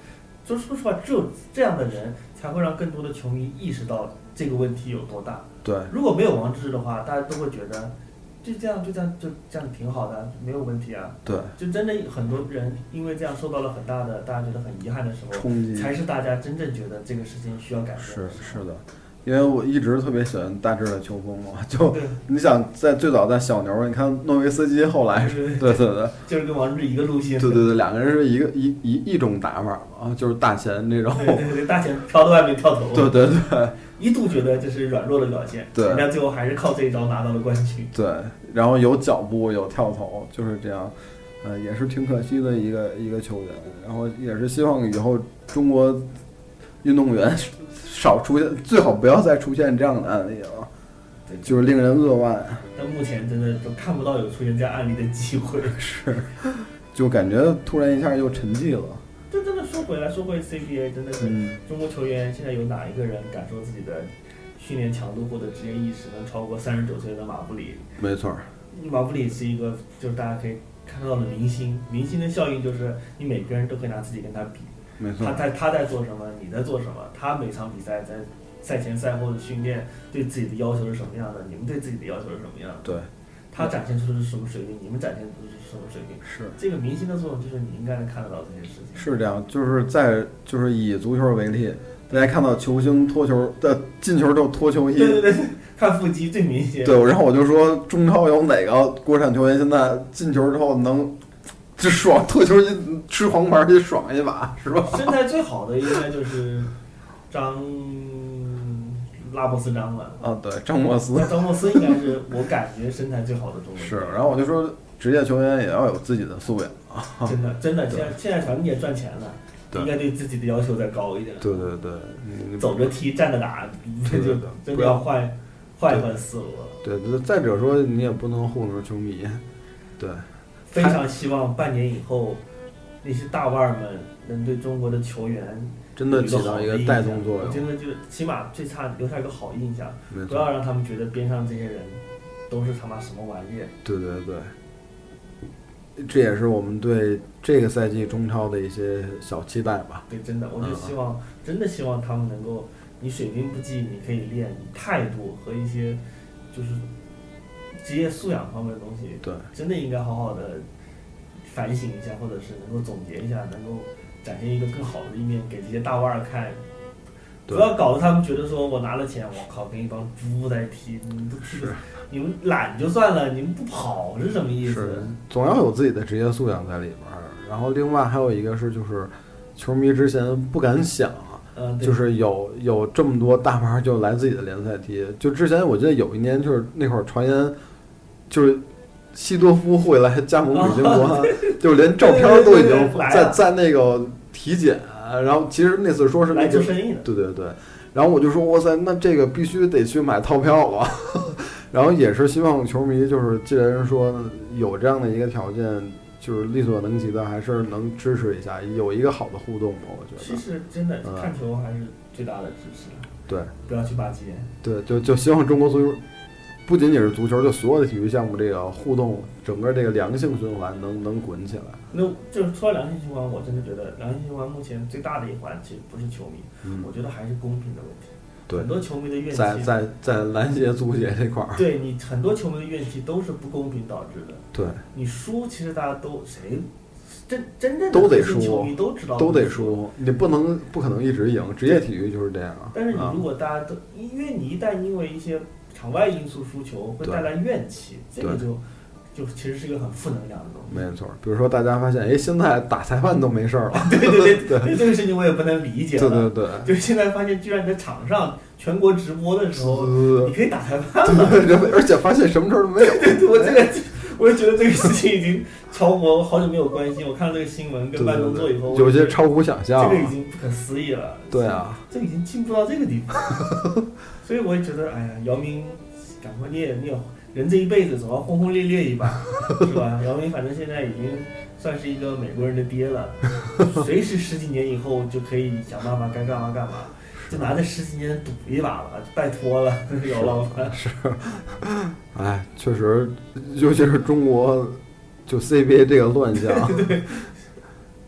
S7: 就说实话，只有这样的人才会让更多的球迷意识到这个问题有多大。
S8: 对，
S7: 如果没有王治郅的话，大家都会觉得就这样，就这样，就这样挺好的，没有问题啊。
S8: 对，
S7: 就真的很多人因为这样受到了很大的，大家觉得很遗憾的时候，
S8: 冲击
S7: 才是大家真正觉得这个事情需要改变。
S8: 嗯是是的，因为我一直特别喜欢大致的球风嘛，就
S7: 对。
S8: 你想在最早在小牛，你看诺维斯基后来是，
S7: 对
S8: 对对对
S7: 就是跟王治郅一个路线。
S8: 对对对，两个人是一个一一一种打法嘛，啊就是大前那种，
S7: 对对对大钱飘到外面跳投，
S8: 对对对
S7: 一度觉得这是软弱的表现，
S8: 对
S7: 人家最后还是靠这一招拿到了冠军。
S8: 对，然后有脚步有跳投，就是这样，呃，也是挺可惜的一个一个球员，然后也是希望以后中国运动员少出现，最好不要再出现这样的案例了，
S7: 对，
S8: 就是令人扼腕。
S7: 但目前真的都看不到有出现这样案例的机会。
S8: 是，就感觉突然一下又沉寂了。
S7: 这真的说回来，说回 CBA，真的是
S8: 嗯，
S7: 中国球员现在有哪一个人敢说自己的训练强度或者职业意识能超过三十九岁的马布里？
S8: 没错儿，
S7: 马布里是一个就是大家可以看到的明星，明星的效应就是你每个人都可以拿自己跟他比。
S8: 没错
S7: 他
S8: 儿，
S7: 在他在做什么，你在做什么，他每场比赛在赛前赛后的训练对自己的要求是什么样的，你们对自己的要求是什么样的，
S8: 对，
S7: 他展现出的是什么水平，你们展现出的是什么水平。
S8: 是
S7: 这个明星的作用就是你应该能看得到这些事情。
S8: 是这样，就是在就是以足球为例，大家看到球星脱球的进球之后脱球衣，
S7: 对对对，看腹肌最明显。
S8: 对，然后我就说中超有哪个国产球员现在进球之后能这爽脱球衣吃黄牌去爽一把是吧？
S7: 身材最好的应该就是张拉莫斯张了。
S8: 啊，对，张莫斯
S7: 那张莫斯应该是我感觉身材最好的中国人。
S8: 是，然后我就说职业球员也要有自己的素养。
S7: 真的真的，现
S8: 对
S7: 在现在咱们也赚钱了，
S8: 对
S7: 应该对自己的要求再高一点。
S8: 对对对，你
S7: 走着踢，站着打，
S8: 对
S7: 就
S8: 对对
S7: 真
S8: 不
S7: 的
S8: 要
S7: 要换换一换思路了。
S8: 对，再者说你也不能糊弄球迷，对。
S7: 非常希望半年以后，那些大腕儿们能对中国的球员
S8: 真的
S7: 有
S8: 起
S7: 好
S8: 到
S7: 的
S8: 一个
S7: 印
S8: 带
S7: 象
S8: 动作
S7: 我
S8: 用。
S7: 真的就起码最差留下一个好印象，
S8: 没
S7: 不要
S8: 错，
S7: 让他们觉得边上这些人都是他妈什么玩意儿。
S8: 对对对。这也是我们对这个赛季中超的一些小期待吧。
S7: 对，真的，我
S8: 嗯
S7: 就希望，真的希望他们能够，你水平不济，你可以练你态度和一些就是职业素养方面的东西，
S8: 对，
S7: 真的应该好好的反省一下，或者是能够总结一下，能够展现一个更好的一面给这些大腕儿看。
S8: 对
S7: 不要搞得他们觉得说我拿了钱，我靠，跟一帮猪在踢，你们都踢不，你们懒就算了，你们不跑是什么意
S8: 是
S7: 思？
S8: 总要有自己的职业素养在里边儿。然后另外还有一个是，就是球迷之前不敢想啊，
S7: 嗯，对
S8: 就是有有这么多大牌儿就来自己的联赛踢。就之前我记得有一年，就是那会儿传言，就是西多夫会来加盟北京国安， 就连照片儿都已经
S7: 对对对对哦 来
S8: 在
S7: 了
S8: 在那个体检。然后其实那次说是那
S7: 来
S8: 个
S7: 做生意的，
S8: 对对对，然后我就说哇塞，那这个必须得去买套票了。 然后也是希望球迷就是，既然说有这样的一个条件，就是力所能及的，还是能支持一下，有一个好的互动吧。我觉
S7: 其
S8: 得，
S7: 实真的
S8: 嗯
S7: 看球还是最大的支持。
S8: 对，
S7: 不要去巴结。
S8: 对，就就希望中国足球不仅仅是足球，就所有的体育项目这个互动，整个这个良性循环能能滚起来。
S7: 那就是说到良性循环，我真的觉得良性循环目前最大的一环其实不是球迷，
S8: 嗯
S7: 我，觉得还是公平的问题。
S8: 对
S7: 很多球迷的怨
S8: 在
S7: 气，
S8: 在在篮协、足协这块儿，
S7: 对你很多球迷的怨气都是不公平导致的。
S8: 对，
S7: 你输，其实大家都谁真真正的
S8: 都得
S7: 核心
S8: 输
S7: 球迷都知道
S8: 都得
S7: 你输。
S8: 输，你不能不可能一直赢，职业体育就是这样啊。
S7: 但是你
S8: 啊
S7: 如果大家都，因为你一旦因为一些场外因素输球，会
S8: 对
S7: 带来怨气，这个
S8: 对
S7: 就就其实是一个很负能量的东西。
S8: 没错，比如说大家发现，哎，现在打裁判都没事儿了，
S7: 对对对，对这个事情我也不能理解
S8: 对
S7: 了。
S8: 对对，
S7: 就是现在发现，居然在场上全国直播的时候，你可以打裁判。
S8: 对， 而且发现什么事儿都没有，
S7: 我这个，我就觉得这个事情已经超过我好久没有关心。我看到这个新闻跟办动作以后，
S8: 有些
S7: 我觉
S8: 超乎想
S7: 得
S8: 象
S7: 这，个已经不可思议了。
S8: 对，啊，
S7: 这已经进步到这个地步，所以我也觉得，哎呀，姚明，赶快你也你也人这一辈子总要轰轰烈烈一把，是吧？姚明反正现在已经算是一个美国人的爹了，随时十几年以后就可以想办法该干嘛干嘛，就拿这十几年赌一把吧，拜托了，姚老板。
S8: 哎，确实，尤其是中国，就 CBA 这个乱象，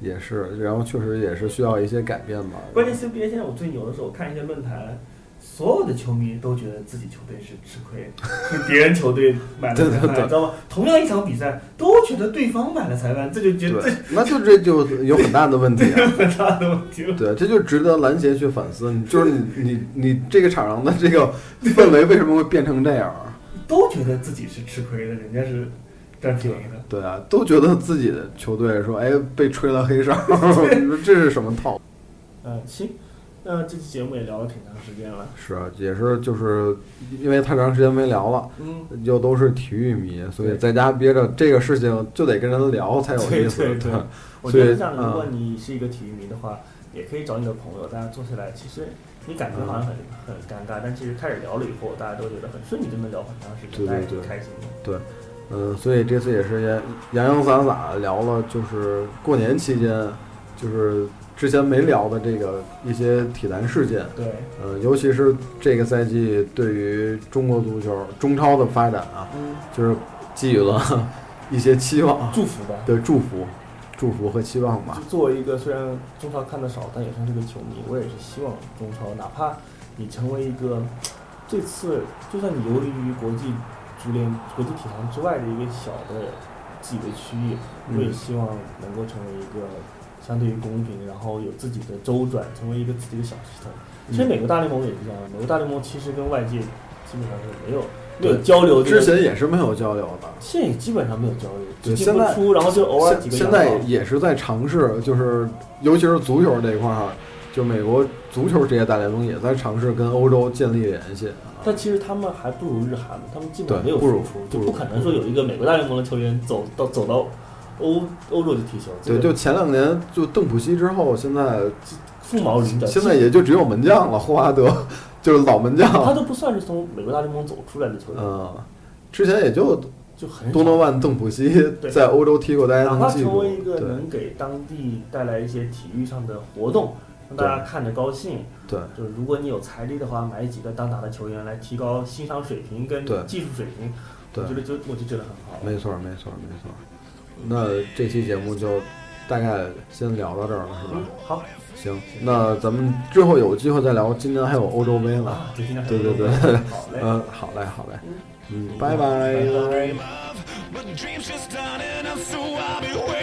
S8: 也是，然后确实也是需要一些改变吧。
S7: 关键 CBA 现在我最牛的是，我看一些论坛。所有的球迷都觉得自己球队是吃亏，是别人球队买了裁判，
S8: 对对对
S7: 你知道吗？同样一场比赛，都觉得对方买了裁判，这就觉得
S8: 对，那就这就有很大的问题、啊。
S7: 很大的问题了。
S8: 对，这就值得篮协去反思。你就是你你你这个场上的这个氛围为什么会变成这样啊？
S7: 都觉得自己是吃亏的，人家是占便宜的。
S8: 对啊，都觉得自己的球队说，哎，被吹了 黑哨，你说这是什么套路？
S7: 嗯，行，那这期节目也聊了挺长时间了。
S8: 是啊，也是就是因为太长时间没聊了，
S7: 嗯，
S8: 又都是体育迷，所以在家憋着这个事情就得跟人聊才有意思。
S2: 对对对我
S8: 所
S2: 觉
S8: 以
S2: 得这样，如果
S8: 嗯
S2: 你是一个体育迷的话，也可以找你的朋友，大家坐下来。其实你感觉好像很很尴尬，但其实开始聊了以后，大家都觉得很顺利，就能聊很长时间，
S8: 对对
S2: 大家也挺
S8: 对
S2: 开心的。
S8: 嗯，所以这次也是也洋洋洒洒聊了，就是过年期间，就是之前没聊的这个一些体坛事件。
S2: 对，
S8: 呃，尤其是这个赛季对于中国足球中超的发展啊，就是寄予了一些期望，
S2: 祝福吧。
S8: 对祝福、祝福和期望吧
S2: 就。作为一个虽然中超看的少，但也算是个球迷，我也是希望中超，哪怕你成为一个这次，就算你游离于国际足联、国际体坛之外的一个小的自己的区域，我也
S8: 嗯
S2: 希望能够成为一个相对于公平，然后有自己的周转，成为一个自己的小系统。其实
S8: 嗯
S2: 美国大联盟也是这样，美国大联盟其实跟外界基本上是没有没有
S8: 对
S2: 交流这个，
S8: 之前也是没有交流的，
S2: 现在也基本上没有交流，
S8: 对
S2: 只进
S8: 现
S2: 不
S8: 在
S2: 出，然后就偶尔几
S8: 现
S2: 个
S8: 现
S2: 洋
S8: 在
S2: 炮
S8: 也是在尝试，就是尤其是足球这一块儿，就美国足球职业大联盟也在尝试跟欧洲建立联系啊。
S2: 但其实他们还不如日韩，他们基本
S8: 对
S2: 上没有
S8: 不如
S2: 输出，
S8: 不
S2: 就
S8: 如
S2: 不可能说有一个美国大联盟的球员走到走到欧欧洲去踢球，这
S8: 对，
S2: 个
S8: 就前两年就邓普西之后，现在
S2: 凤毛麟角。
S8: 现在也就只有门将了，霍华德就是老门将。
S2: 他都不算是从美国大联盟走出来的球员，
S8: 嗯，之前也就
S2: 就很
S8: 多诺万、邓普西
S2: 对
S8: 在欧洲踢过，大家
S2: 哪
S8: 能
S2: 怕
S8: 记
S2: 成
S8: 住
S2: 为一。个
S8: 对
S2: 能给当地带来一些体育上的活动，让大家看着高兴。
S8: 对，
S2: 就是如果你有财力的话，买几个当打的球员来提高欣赏水平跟
S8: 对
S2: 技术水平，
S8: 对
S2: 我觉得就我就觉得很好。
S8: 没错，没错，没错。那这期节目就大概先聊到这儿了，是吧？
S7: 好，
S8: 行，那咱们之后有机会再聊。今年还有欧洲杯呢，
S7: 啊，对今天还
S8: 嗯对
S7: 有
S8: 对对
S7: 这么多好 嘞。
S8: 嗯，好嘞，好嘞，嗯，拜拜。
S1: But dreams just done and so I'll be waiting.